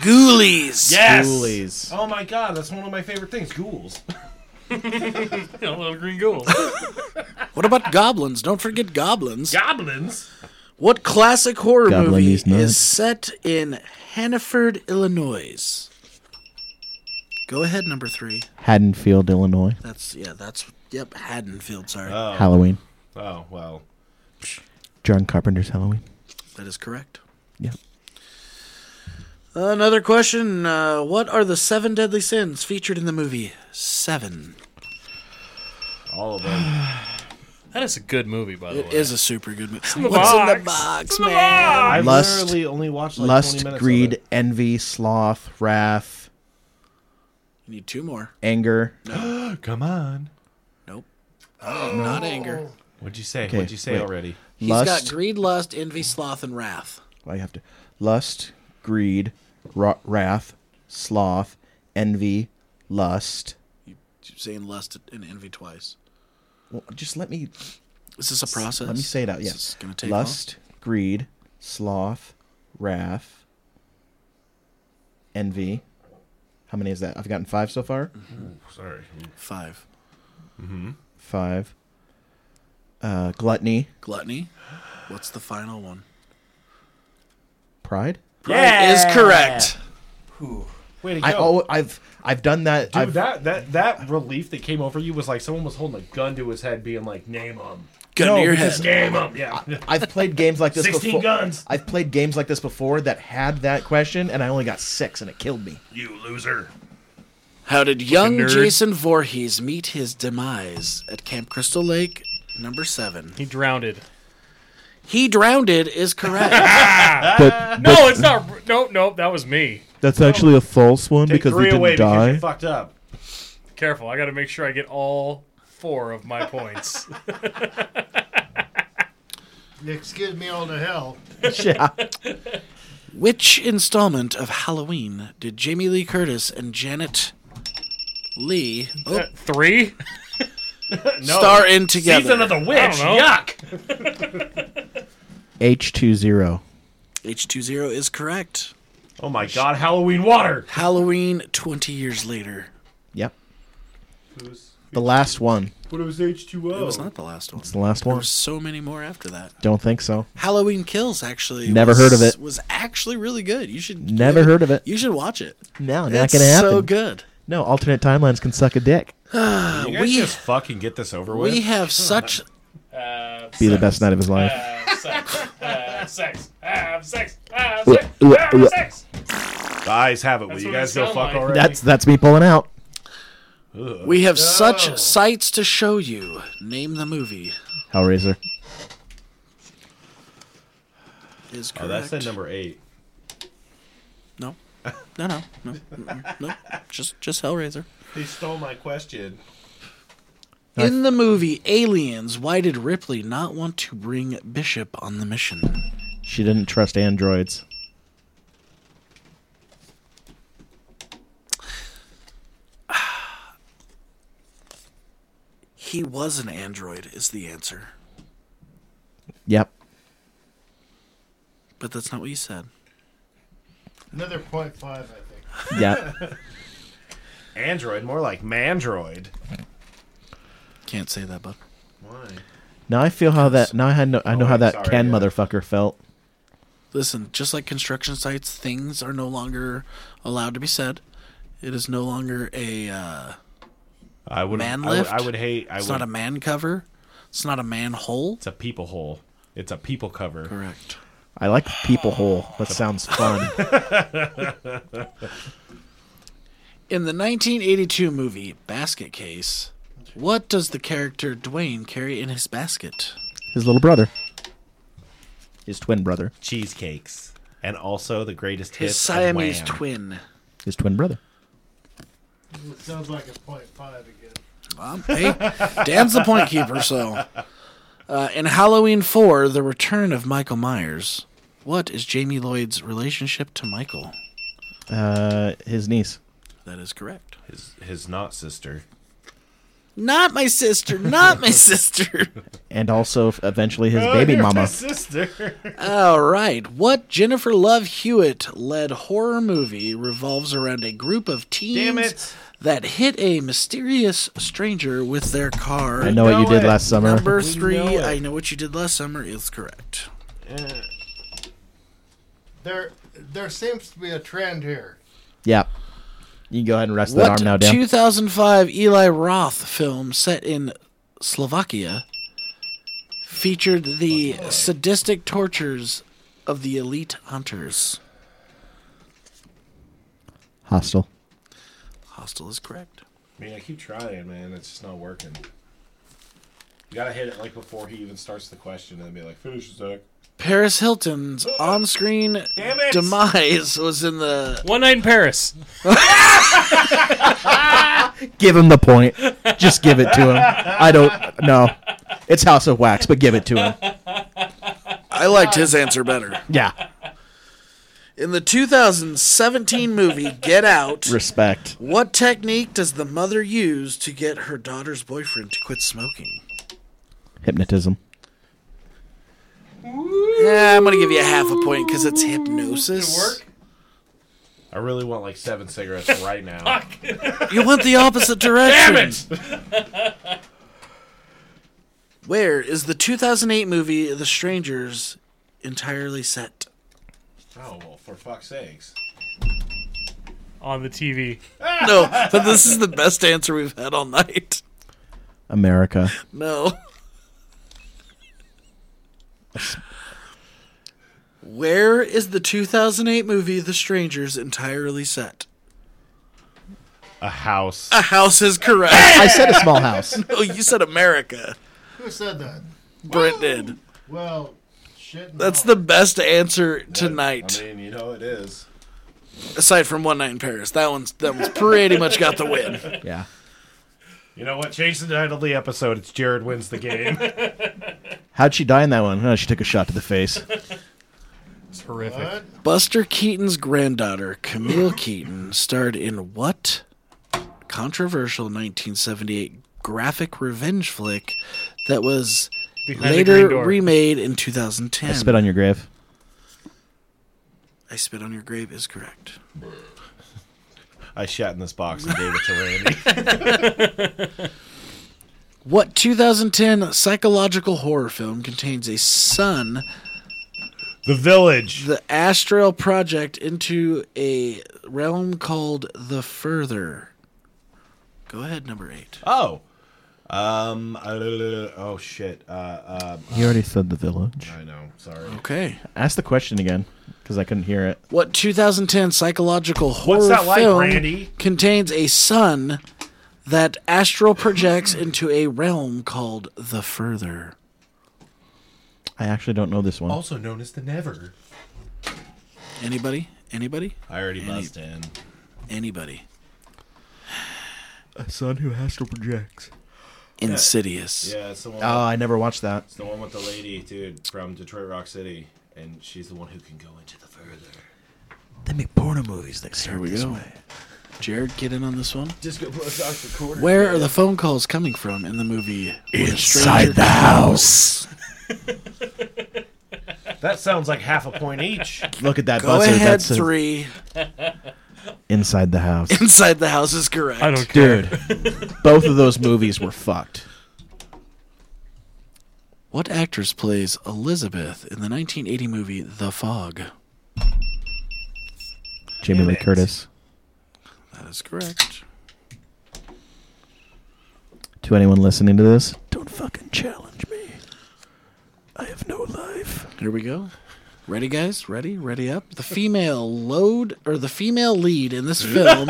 Speaker 1: Ghoulies.
Speaker 7: Yes.
Speaker 5: Ghoulies.
Speaker 2: Oh my god, that's one of my favorite things. Ghouls.
Speaker 3: You know, little green ghouls.
Speaker 1: What about goblins? Don't forget goblins.
Speaker 7: Goblins.
Speaker 1: What classic horror
Speaker 5: Goblin
Speaker 1: movie
Speaker 5: is nuts.
Speaker 1: is set in Hannaford, Illinois? Go ahead, number three.
Speaker 5: Haddonfield, Illinois.
Speaker 1: That's yeah. That's yep. Haddonfield. Sorry,
Speaker 5: Halloween.
Speaker 2: Oh well.
Speaker 5: John Carpenter's Halloween.
Speaker 1: that is correct.
Speaker 5: Yeah.
Speaker 1: Another question. Uh, what are the seven deadly sins featured in the movie Seven?
Speaker 2: All of them.
Speaker 3: That is a good movie, by the
Speaker 1: It
Speaker 3: way.
Speaker 1: is a super good movie. What's in the box, man?
Speaker 2: I
Speaker 5: Lust-
Speaker 2: literally only watched like
Speaker 5: Lust,
Speaker 2: 20 minutes of
Speaker 5: greed,
Speaker 2: it.
Speaker 5: envy, sloth, wrath,
Speaker 1: You need two more.
Speaker 5: anger.
Speaker 2: Come on.
Speaker 1: Nope. Not anger.
Speaker 2: What'd you say?
Speaker 5: Okay,
Speaker 2: What'd you say
Speaker 5: wait.
Speaker 2: already?
Speaker 1: He's
Speaker 5: lust.
Speaker 1: got greed, lust, envy, sloth, and wrath.
Speaker 5: I have to. Lust, greed, ra- wrath, sloth, envy, lust.
Speaker 1: You're saying lust and envy twice.
Speaker 5: Well, just let me
Speaker 1: Is this a process?
Speaker 5: let me say it out.
Speaker 1: This
Speaker 5: Yes.
Speaker 1: is gonna take
Speaker 5: lust, greed, sloth, wrath, envy. How many is that? I've gotten five so far.
Speaker 2: Sorry.
Speaker 1: long. Five.
Speaker 5: Five. Uh, gluttony,
Speaker 1: Gluttony. What's the final one?
Speaker 5: pride.
Speaker 1: Pride is correct.
Speaker 2: Way to go.
Speaker 5: I oh I've I've done that.
Speaker 2: Dude,
Speaker 5: I've,
Speaker 2: that, that that relief that came over you was like someone was holding a gun to his head, being like, "Name them,
Speaker 1: Gun
Speaker 5: No,
Speaker 1: to your
Speaker 5: because-
Speaker 2: name
Speaker 1: head.
Speaker 2: them." Yeah,
Speaker 5: I've played games like this
Speaker 7: 16
Speaker 5: before.
Speaker 7: guns.
Speaker 5: I've played games like this before that had that question, and I only got six, and it killed me.
Speaker 7: You loser.
Speaker 1: How did young
Speaker 3: nerd.
Speaker 1: Jason Voorhees meet his demise at Camp Crystal Lake? Number seven.
Speaker 3: He drowned. it.
Speaker 1: He drowned it is correct.
Speaker 3: No, it's not. No, no, that was me.
Speaker 5: That's actually a false one
Speaker 2: Take three away because you fucked up.
Speaker 3: Careful, I got to make sure I get all four of my points.
Speaker 4: Excuse me all the hell.
Speaker 5: yeah.
Speaker 1: Which installment of Halloween did Jamie Lee Curtis and Janet Lee oh,
Speaker 3: Three?
Speaker 1: star in together?
Speaker 7: Season of the witch.
Speaker 3: I don't know.
Speaker 7: Yuck.
Speaker 5: H two zero.
Speaker 1: H20 is correct.
Speaker 7: Oh my god, Halloween water.
Speaker 1: Halloween 20 years later.
Speaker 5: Yep. The last one.
Speaker 7: But it was H two
Speaker 1: It was
Speaker 7: O.
Speaker 1: not the last one.
Speaker 5: It's the last
Speaker 1: There
Speaker 5: one.
Speaker 1: were so many more after that.
Speaker 5: Don't think so.
Speaker 1: Halloween Kills actually
Speaker 5: Never
Speaker 1: was-
Speaker 5: heard of it.
Speaker 1: Was actually really good. You should
Speaker 5: Never heard of it.
Speaker 1: You should watch it.
Speaker 5: No, not
Speaker 1: it's
Speaker 5: gonna happen.
Speaker 1: so good.
Speaker 5: No, alternate timelines can suck a dick.
Speaker 2: You guys
Speaker 1: we-
Speaker 2: just fucking get this over
Speaker 1: We
Speaker 2: with.
Speaker 1: have such
Speaker 5: Be the best night of his life.
Speaker 2: Uh,
Speaker 3: Have sex. Have sex. Have sex. Have sex.
Speaker 2: The eyes have it. Will
Speaker 3: That's
Speaker 2: you
Speaker 3: what
Speaker 2: guys
Speaker 3: it
Speaker 2: go
Speaker 3: sound
Speaker 2: fuck
Speaker 3: like.
Speaker 2: already?
Speaker 5: That's that's me pulling out.
Speaker 1: we have such sights to show you. Name the movie
Speaker 5: Hellraiser.
Speaker 1: is correct.
Speaker 2: oh, that's the number eight.
Speaker 1: No. No, no, no, Mm-mm. no. Just, just Hellraiser.
Speaker 2: They stole my question.
Speaker 1: In the movie Aliens, why did Ripley not want to bring Bishop on the mission?
Speaker 5: She didn't trust androids.
Speaker 1: He was an android, is the answer.
Speaker 5: Yep.
Speaker 1: But that's not what you said.
Speaker 4: Another point five, I think.
Speaker 5: Yep.
Speaker 2: Android, more like Mandroid.
Speaker 1: Can't say that, bud.
Speaker 2: Why?
Speaker 5: now I feel how that. Now I had no, I know how
Speaker 2: wait,
Speaker 5: that
Speaker 2: sorry,
Speaker 5: Ken
Speaker 2: yeah.
Speaker 5: motherfucker felt.
Speaker 1: Listen, just like construction sites, things are no longer allowed to be said. It is no longer a. Uh,
Speaker 2: I would.
Speaker 1: Man
Speaker 2: I would,
Speaker 1: lift?
Speaker 2: I would hate. I
Speaker 1: it's
Speaker 2: would.
Speaker 1: not a man cover. It's not a manhole.
Speaker 2: it's a people hole. It's a people cover.
Speaker 1: Correct.
Speaker 5: I like people hole. That sounds fun.
Speaker 1: In the 1982 movie Basket Case, what does the character Dwayne carry in his basket?
Speaker 5: His little brother. His twin brother.
Speaker 2: Cheesecakes, and also the greatest
Speaker 1: His
Speaker 2: hits. of
Speaker 1: Siamese
Speaker 2: Wham.
Speaker 1: twin.
Speaker 5: His twin brother.
Speaker 4: It sounds like a point five again.
Speaker 1: Um, hey, Dan's the point keeper, so. Uh, in Halloween 4, The Return of Michael Myers, what is Jamie Lloyd's relationship to Michael?
Speaker 5: Uh, his niece.
Speaker 1: That is correct.
Speaker 2: His his not sister.
Speaker 1: Not my sister, not my sister.
Speaker 5: And also f- eventually
Speaker 2: Oh,
Speaker 5: his baby mama.
Speaker 2: sister.
Speaker 1: All right. What Jennifer Love Hewitt led horror movie revolves around a group of teens
Speaker 2: Damn it.
Speaker 1: that hit a mysterious stranger with their car.
Speaker 5: I know what you
Speaker 2: know
Speaker 5: did
Speaker 2: it.
Speaker 5: last summer.
Speaker 1: Number three,
Speaker 2: know it.
Speaker 1: I know what you did last summer is correct.
Speaker 4: There, there seems to be a trend here.
Speaker 5: Yeah. You can go ahead and rest that
Speaker 1: What
Speaker 5: arm now, Dan.
Speaker 1: 2005 Eli Roth film set in Slovakia featured the sadistic tortures of the elite hunters?
Speaker 5: Hostile.
Speaker 1: Hostile is correct.
Speaker 2: I mean, I keep trying, man. It's just not working. You gotta hit it like before he even starts the question, and then be like, "Finish, Zach."
Speaker 1: Paris Hilton's on-screen
Speaker 2: Damn it.
Speaker 1: demise was in the
Speaker 3: One night in Paris.
Speaker 5: Give him the point. Just give it to him. I don't know. It's House of Wax, but give it to him.
Speaker 1: I liked his answer better.
Speaker 5: Yeah.
Speaker 1: In the 2017 movie Get Out,
Speaker 5: Respect.
Speaker 1: what technique does the mother use to get her daughter's boyfriend to quit smoking?
Speaker 5: Hypnotism.
Speaker 1: Yeah, I'm going to give you a half a point because it's hypnosis.
Speaker 3: Work.
Speaker 2: I really want like seven cigarettes right now.
Speaker 1: You went the opposite direction.
Speaker 2: Damn it!
Speaker 1: Where is the 2008 movie The Strangers entirely set?
Speaker 2: Oh well, for fuck's sakes.
Speaker 3: On the TV.
Speaker 1: No, but this is the best answer we've had all night.
Speaker 5: America.
Speaker 1: No. Where is the 2008 movie The Strangers entirely set?
Speaker 2: A house.
Speaker 1: A house is correct.
Speaker 5: I said a small house.
Speaker 1: oh, you said America.
Speaker 4: Who said that?
Speaker 1: Brent did.
Speaker 4: Well, shit. no.
Speaker 1: That's the best answer tonight,
Speaker 2: I mean, you know it is.
Speaker 1: aside from One Night in Paris. That one's that one's pretty much got the win.
Speaker 5: Yeah.
Speaker 2: You know what? Change the title of the episode. It's Jared wins the game.
Speaker 5: How'd she die in that one? Oh, she took a shot to the face.
Speaker 3: It's horrific.
Speaker 4: What?
Speaker 1: Buster Keaton's granddaughter, Camille Keaton, starred in what controversial 1978 graphic revenge flick that was
Speaker 3: Behind the green
Speaker 1: later
Speaker 3: door.
Speaker 1: remade in 2010?
Speaker 5: I spit on your grave.
Speaker 1: I spit on your grave is correct.
Speaker 2: I shat in this box and gave it to Randy.
Speaker 1: What 2010 psychological horror film contains a son
Speaker 2: the village.
Speaker 1: the Astral Project into a realm called the Further. Go ahead, number eight.
Speaker 2: Oh. Um. uh, oh shit. Uh. uh
Speaker 5: He already said the village.
Speaker 2: I know. Sorry.
Speaker 1: Okay.
Speaker 5: Ask the question again, because I couldn't hear it.
Speaker 1: What 2010 psychological horror
Speaker 2: that like,
Speaker 1: film
Speaker 2: Randy?
Speaker 1: contains a sun that astral projects into a realm called the Further?
Speaker 5: I actually don't know this one.
Speaker 2: Also known as the Never.
Speaker 1: Anybody? Anybody?
Speaker 2: I already buzzed in.
Speaker 1: Anybody?
Speaker 5: A son who has to project.
Speaker 1: Insidious.
Speaker 2: Yeah, it's the one.
Speaker 5: Oh, I never watched that.
Speaker 2: it's the one with the lady, dude, from Detroit Rock City, and she's the one who can go into the further.
Speaker 5: They make porno movies that
Speaker 1: Here we go. Jared, get in on this one.
Speaker 7: Disco blow Dr. Quarter.
Speaker 1: Where are the phone calls coming from in the movie Inside
Speaker 5: the house.
Speaker 2: That sounds like half a point each.
Speaker 5: Look at that
Speaker 1: Go
Speaker 5: buzzer.
Speaker 1: ahead,
Speaker 5: That's a-
Speaker 1: three.
Speaker 5: inside the house.
Speaker 1: Inside the house is correct.
Speaker 3: I don't care.
Speaker 5: Dude, both of those movies were fucked.
Speaker 1: What actress plays Elizabeth in the 1980 movie The Fog?
Speaker 5: Jamie Lee Curtis.
Speaker 1: That is correct.
Speaker 5: To anyone listening to this, don't fucking challenge me. I have no life.
Speaker 1: Here we go. Ready, guys? Ready? Ready up? The female load or the female lead in this film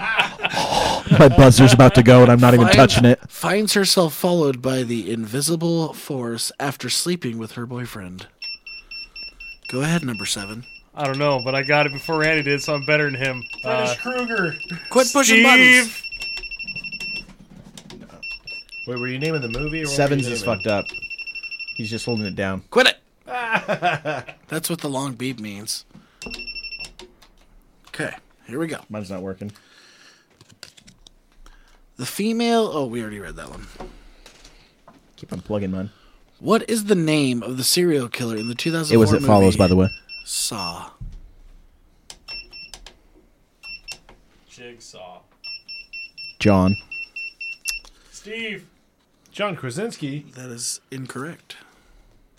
Speaker 5: My buzzer's about to go, and I'm not even
Speaker 1: Fine.
Speaker 5: touching it.
Speaker 1: finds herself followed by the invisible force after sleeping with her boyfriend. Go ahead, number seven.
Speaker 3: I don't know, but I got it before Randy did, so I'm better than him. Uh,
Speaker 2: Krueger.
Speaker 1: Quit pushing buttons.
Speaker 3: Steve.
Speaker 2: Wait, were you naming the movie? Or what were
Speaker 5: Sevens
Speaker 2: you
Speaker 5: is
Speaker 2: naming?
Speaker 5: fucked up. He's just holding it down.
Speaker 1: Quit it. That's what the long beep means. Okay, here we go.
Speaker 5: Mine's not working.
Speaker 1: The female. Oh, we already read that one.
Speaker 5: Keep unplugging mine.
Speaker 1: What is the name of the serial killer in the 2004
Speaker 5: It was It
Speaker 1: movie
Speaker 5: Follows, by the way.
Speaker 1: Saw.
Speaker 3: Jigsaw.
Speaker 5: John.
Speaker 3: Steve.
Speaker 2: John Krasinski,
Speaker 1: That is incorrect.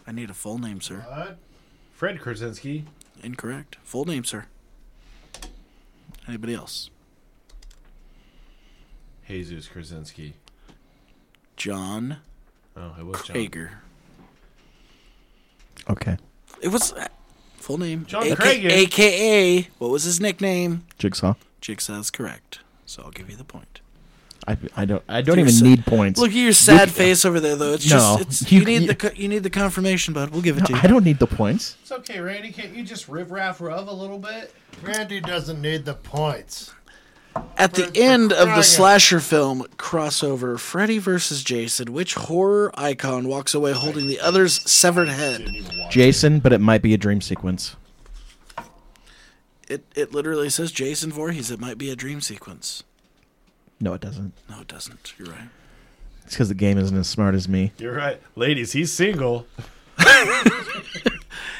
Speaker 1: I need a full name, sir.
Speaker 4: What?
Speaker 2: Fred Krasinski,
Speaker 1: Incorrect. Full name, sir. Anybody else?
Speaker 2: Jesus Krasinski.
Speaker 1: John
Speaker 2: Oh, it was John.
Speaker 1: Krager.
Speaker 5: Okay.
Speaker 1: It was uh, full name.
Speaker 2: John
Speaker 1: AK-
Speaker 2: Krager.
Speaker 1: AKA, what was his nickname?
Speaker 5: Jigsaw.
Speaker 1: Jigsaw's correct. So I'll give you the point.
Speaker 5: I, I don't I don't
Speaker 1: You're
Speaker 5: even
Speaker 1: sa-
Speaker 5: need points.
Speaker 1: Look at your sad face over there, though. It's just
Speaker 5: No.
Speaker 1: it's, you,
Speaker 5: You-
Speaker 1: need
Speaker 5: you-
Speaker 1: the co- you need the confirmation, bud. We'll give it to you.
Speaker 5: I don't need the points.
Speaker 7: It's okay, Randy. Can't you just riff raff rub a little bit?
Speaker 4: Randy doesn't need the points.
Speaker 1: At the end
Speaker 2: Oh,
Speaker 1: of the slasher film crossover, Freddy vs. Jason, which horror icon walks away holding the other's severed head?
Speaker 5: Jason, but it might be a dream sequence.
Speaker 1: It it literally says Jason Voorhees. It might be a dream sequence.
Speaker 5: No, it doesn't.
Speaker 1: No, it doesn't. You're right.
Speaker 5: It's because the game isn't as smart as me.
Speaker 2: You're right. Ladies, he's single.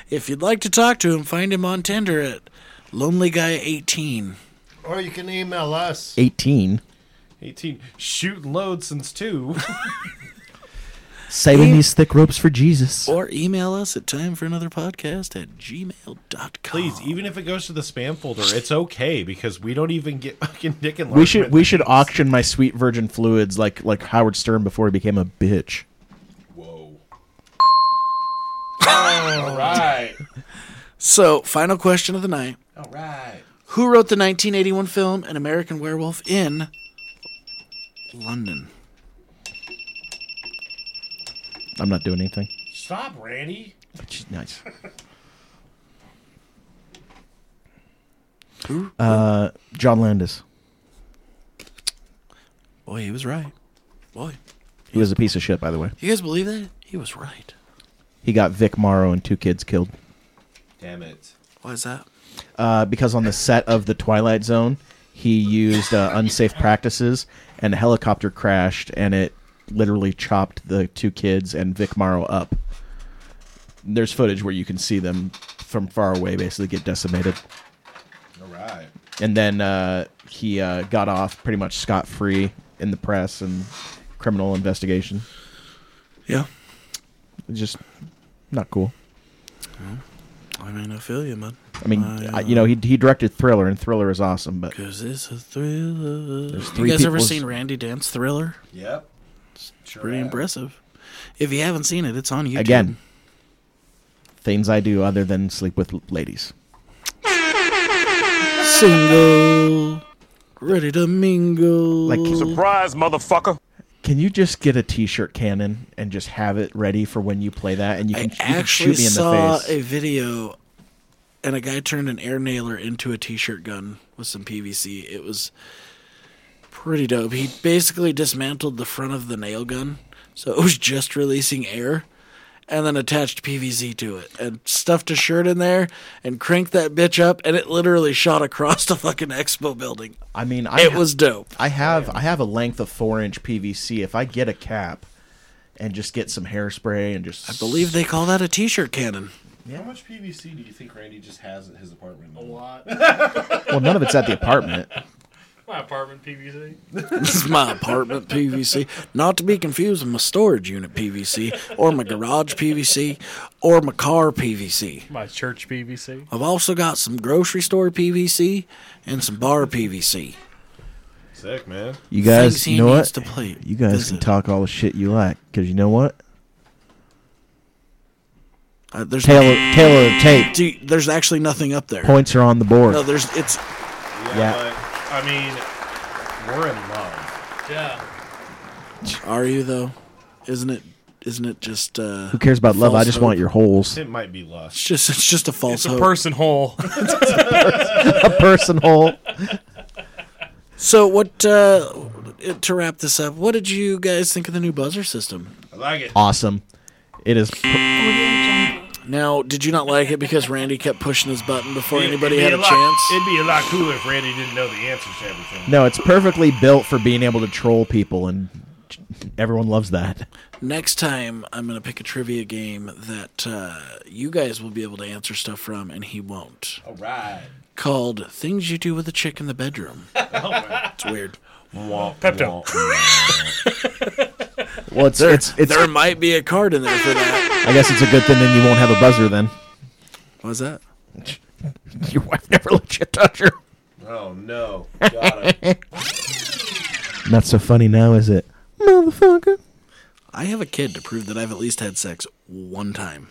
Speaker 1: If you'd like to talk to him, find him on Tinder at Lonely Guy 18.
Speaker 4: Or you can email us.
Speaker 5: 18.
Speaker 2: 18. Shooting load since two.
Speaker 5: Saving
Speaker 1: Eight.
Speaker 5: these thick ropes for Jesus.
Speaker 1: Or email us at time for another podcast at gmail.com.
Speaker 2: Please, even if it goes to the spam folder, it's okay because we don't even get fucking dick and
Speaker 5: We should we should auction my sweet virgin fluids like like Howard Stern before he became a bitch.
Speaker 2: Whoa. All right.
Speaker 1: So, final question of the night.
Speaker 7: All right.
Speaker 1: Who wrote the 1981 film An American Werewolf in London?
Speaker 5: I'm not doing anything.
Speaker 7: Stop, Randy.
Speaker 5: But she's nice.
Speaker 1: Who?
Speaker 5: Uh, John Landis.
Speaker 1: Boy, he was right. Boy.
Speaker 5: He was a piece of shit, by the way.
Speaker 1: You guys believe that? He was right.
Speaker 5: He got Vic Morrow and two kids killed.
Speaker 7: Damn it.
Speaker 1: Why is that?
Speaker 5: uh, because on the set of the Twilight Zone, he used uh, unsafe practices, and a helicopter crashed, and it literally chopped the two kids and Vic Morrow up. There's footage where you can see them from far away basically get decimated,
Speaker 7: All right.
Speaker 5: and then uh, he uh, got off pretty much scot free in the press and criminal investigation.
Speaker 1: Yeah.
Speaker 5: It's just not cool.
Speaker 1: I mean, I feel you, man.
Speaker 5: I mean, I, you know, he he directed Thriller, and Thriller is awesome, but
Speaker 1: Because it's a thriller. you
Speaker 5: three
Speaker 1: guys ever
Speaker 5: people's-
Speaker 1: seen Randy dance Thriller?
Speaker 7: Yep. Sure
Speaker 1: Pretty
Speaker 7: have.
Speaker 1: impressive. If you haven't seen it, it's on YouTube.
Speaker 5: again, things I do other than sleep with l- ladies.
Speaker 1: Single. Ready to mingle.
Speaker 5: Like,
Speaker 6: Surprise, motherfucker.
Speaker 5: can you just get a T-shirt cannon and just have it ready for when you play that, and you
Speaker 1: I
Speaker 5: can, you can
Speaker 1: actually
Speaker 5: shoot me in
Speaker 1: saw
Speaker 5: the face?
Speaker 1: a video, and a guy turned an air nailer into a t-shirt gun with some PVC. It was pretty dope. He basically dismantled the front of the nail gun, so it was just releasing air. and then attached PVC to it and stuffed a shirt in there and cranked that bitch up and it literally shot across the fucking expo building.
Speaker 5: I mean, I
Speaker 1: It
Speaker 5: ha-
Speaker 1: was dope.
Speaker 5: I have I have a length of four inch PVC. If I get a cap and just get some hairspray and just
Speaker 1: I believe they call that a t-shirt cannon.
Speaker 2: How much PVC do you think Randy just has at his apartment?
Speaker 3: A lot.
Speaker 5: well, none of it's at the apartment.
Speaker 3: My apartment PVC.
Speaker 1: This is my apartment PVC, not to be confused with my storage unit PVC or my garage PVC or my car PVC.
Speaker 3: My church PVC.
Speaker 1: I've also got some grocery store PVC and some bar PVC.
Speaker 2: Sick, man.
Speaker 5: You
Speaker 1: Things
Speaker 5: guys,
Speaker 1: he
Speaker 5: you know
Speaker 1: needs
Speaker 5: what?
Speaker 1: to play.
Speaker 5: You guys can talk all the shit you like because you know what?
Speaker 1: Uh, there's
Speaker 5: Tail of, tail of the tape.
Speaker 1: Dude, there's actually nothing up there.
Speaker 5: Points are on the board.
Speaker 1: No, there's it's
Speaker 2: Yeah.
Speaker 5: Yeah.
Speaker 2: but, I mean, we're in love.
Speaker 3: Yeah.
Speaker 1: are you though? Isn't it isn't it just uh
Speaker 5: Who cares about love? I just want your holes.
Speaker 2: It might be lust.
Speaker 1: it's just it's just a false
Speaker 3: It's a
Speaker 1: hope.
Speaker 3: person hole.
Speaker 5: A person hole.
Speaker 1: so what uh to wrap this up, what did you guys think of the new buzzer system?
Speaker 2: I like it.
Speaker 5: Awesome. It is.
Speaker 1: Now, did you not like it because Randy kept pushing his button before anybody
Speaker 2: It'd
Speaker 1: had
Speaker 2: be
Speaker 1: a
Speaker 2: lot-
Speaker 1: chance?
Speaker 2: It'd be a lot cooler if Randy didn't know the answers to everything.
Speaker 5: No, it's perfectly built for being able to troll people, and everyone loves that.
Speaker 1: Next time, I'm going to pick a trivia game that uh, you guys will be able to answer stuff from, and he won't.
Speaker 2: All right.
Speaker 1: Called "Things You Do with a Chick in the Bedroom." it's weird.
Speaker 2: Pepto.
Speaker 5: Well, it's it's, it's
Speaker 1: There might be a card in there for that.
Speaker 5: I guess it's a good thing then you won't have a buzzer then.
Speaker 1: What was that?
Speaker 5: Your wife never let you touch her.
Speaker 2: Oh no. Got it.
Speaker 5: Not so funny now, is it? Motherfucker.
Speaker 1: I have a kid to prove that I've at least had sex one time.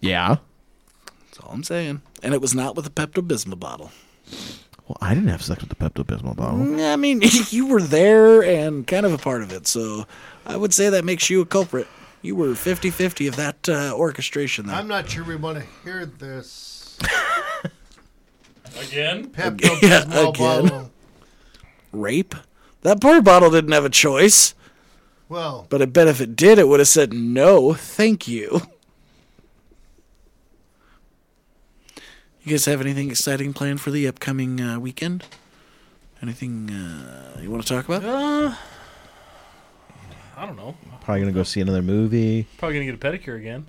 Speaker 5: Yeah.
Speaker 1: That's all I'm saying. And it was not with a Pepto Bismol bottle.
Speaker 5: Well, I didn't have sex with the Pepto Bismol bottle.
Speaker 1: I mean, you were there and kind of a part of it, so I would say that makes you a culprit. You were 50 50 of that uh, orchestration there.
Speaker 4: I'm not sure we want to hear this.
Speaker 3: Again?
Speaker 4: Pepto
Speaker 1: Yeah,
Speaker 4: Bismol
Speaker 1: again.
Speaker 4: bottle.
Speaker 1: Rape? That poor bottle didn't have a choice,
Speaker 4: Well,
Speaker 1: but I bet if it did, it would have said no, thank you. You guys have anything exciting planned for the upcoming uh, weekend? Anything uh, you want to talk about?
Speaker 3: I don't know.
Speaker 5: Probably gonna go see another movie.
Speaker 3: Probably gonna get a pedicure again.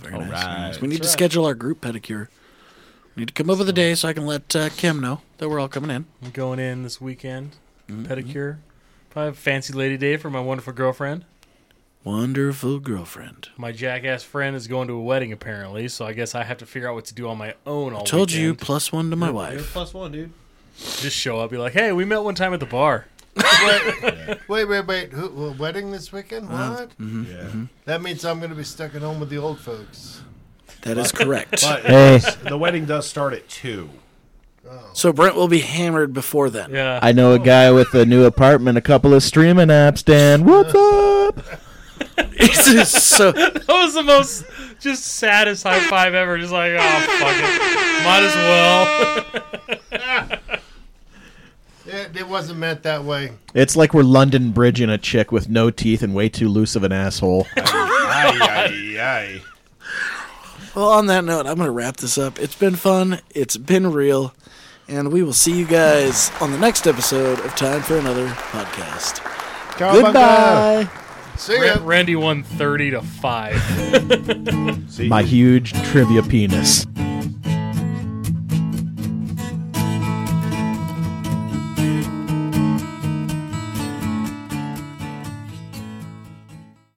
Speaker 1: Very nice, very nice. We need to schedule our group pedicure. We need to come over the day so I can let uh, Kim know that we're all coming in.
Speaker 3: I'm going in this weekend.
Speaker 1: Mm-hmm.
Speaker 3: Pedicure. Probably have a fancy lady day for my wonderful girlfriend.
Speaker 1: Wonderful girlfriend.
Speaker 2: Oh,
Speaker 3: My jackass friend is going to a wedding apparently, so I guess I have to figure out what to do on my own. All
Speaker 1: Told you,
Speaker 3: weekend.
Speaker 1: plus one to my
Speaker 2: You're
Speaker 1: wife.
Speaker 2: plus one, dude.
Speaker 3: Just show up, be like, "Hey, we met one time at the bar."
Speaker 4: wait, wait, wait. Who, a wedding this weekend? What?
Speaker 1: Mm-hmm.
Speaker 2: Yeah.
Speaker 4: That means I'm going to be stuck at home with the old folks.
Speaker 1: That is correct.
Speaker 2: But
Speaker 5: Hey,
Speaker 2: the wedding does start at two.
Speaker 1: so Brent will be hammered before then.
Speaker 3: Yeah,
Speaker 5: I know a guy with a new apartment, a couple of streaming apps, Dan. What's up?
Speaker 1: It's just so
Speaker 3: that was the most just saddest high five ever. Just like, oh fuck it, might as well.
Speaker 4: It, it wasn't meant that way.
Speaker 5: It's like we're London bridging a chick with no teeth and way too loose of an asshole.
Speaker 2: Aye, aye, aye.
Speaker 1: well on that note, I'm gonna wrap this up. It's been fun, it's been real, and we will see you guys on the next episode of Time for Another Podcast. Goodbye.
Speaker 4: See ya.
Speaker 3: Ra- Randy won thirty to five.
Speaker 2: See,
Speaker 5: My huge trivia penis.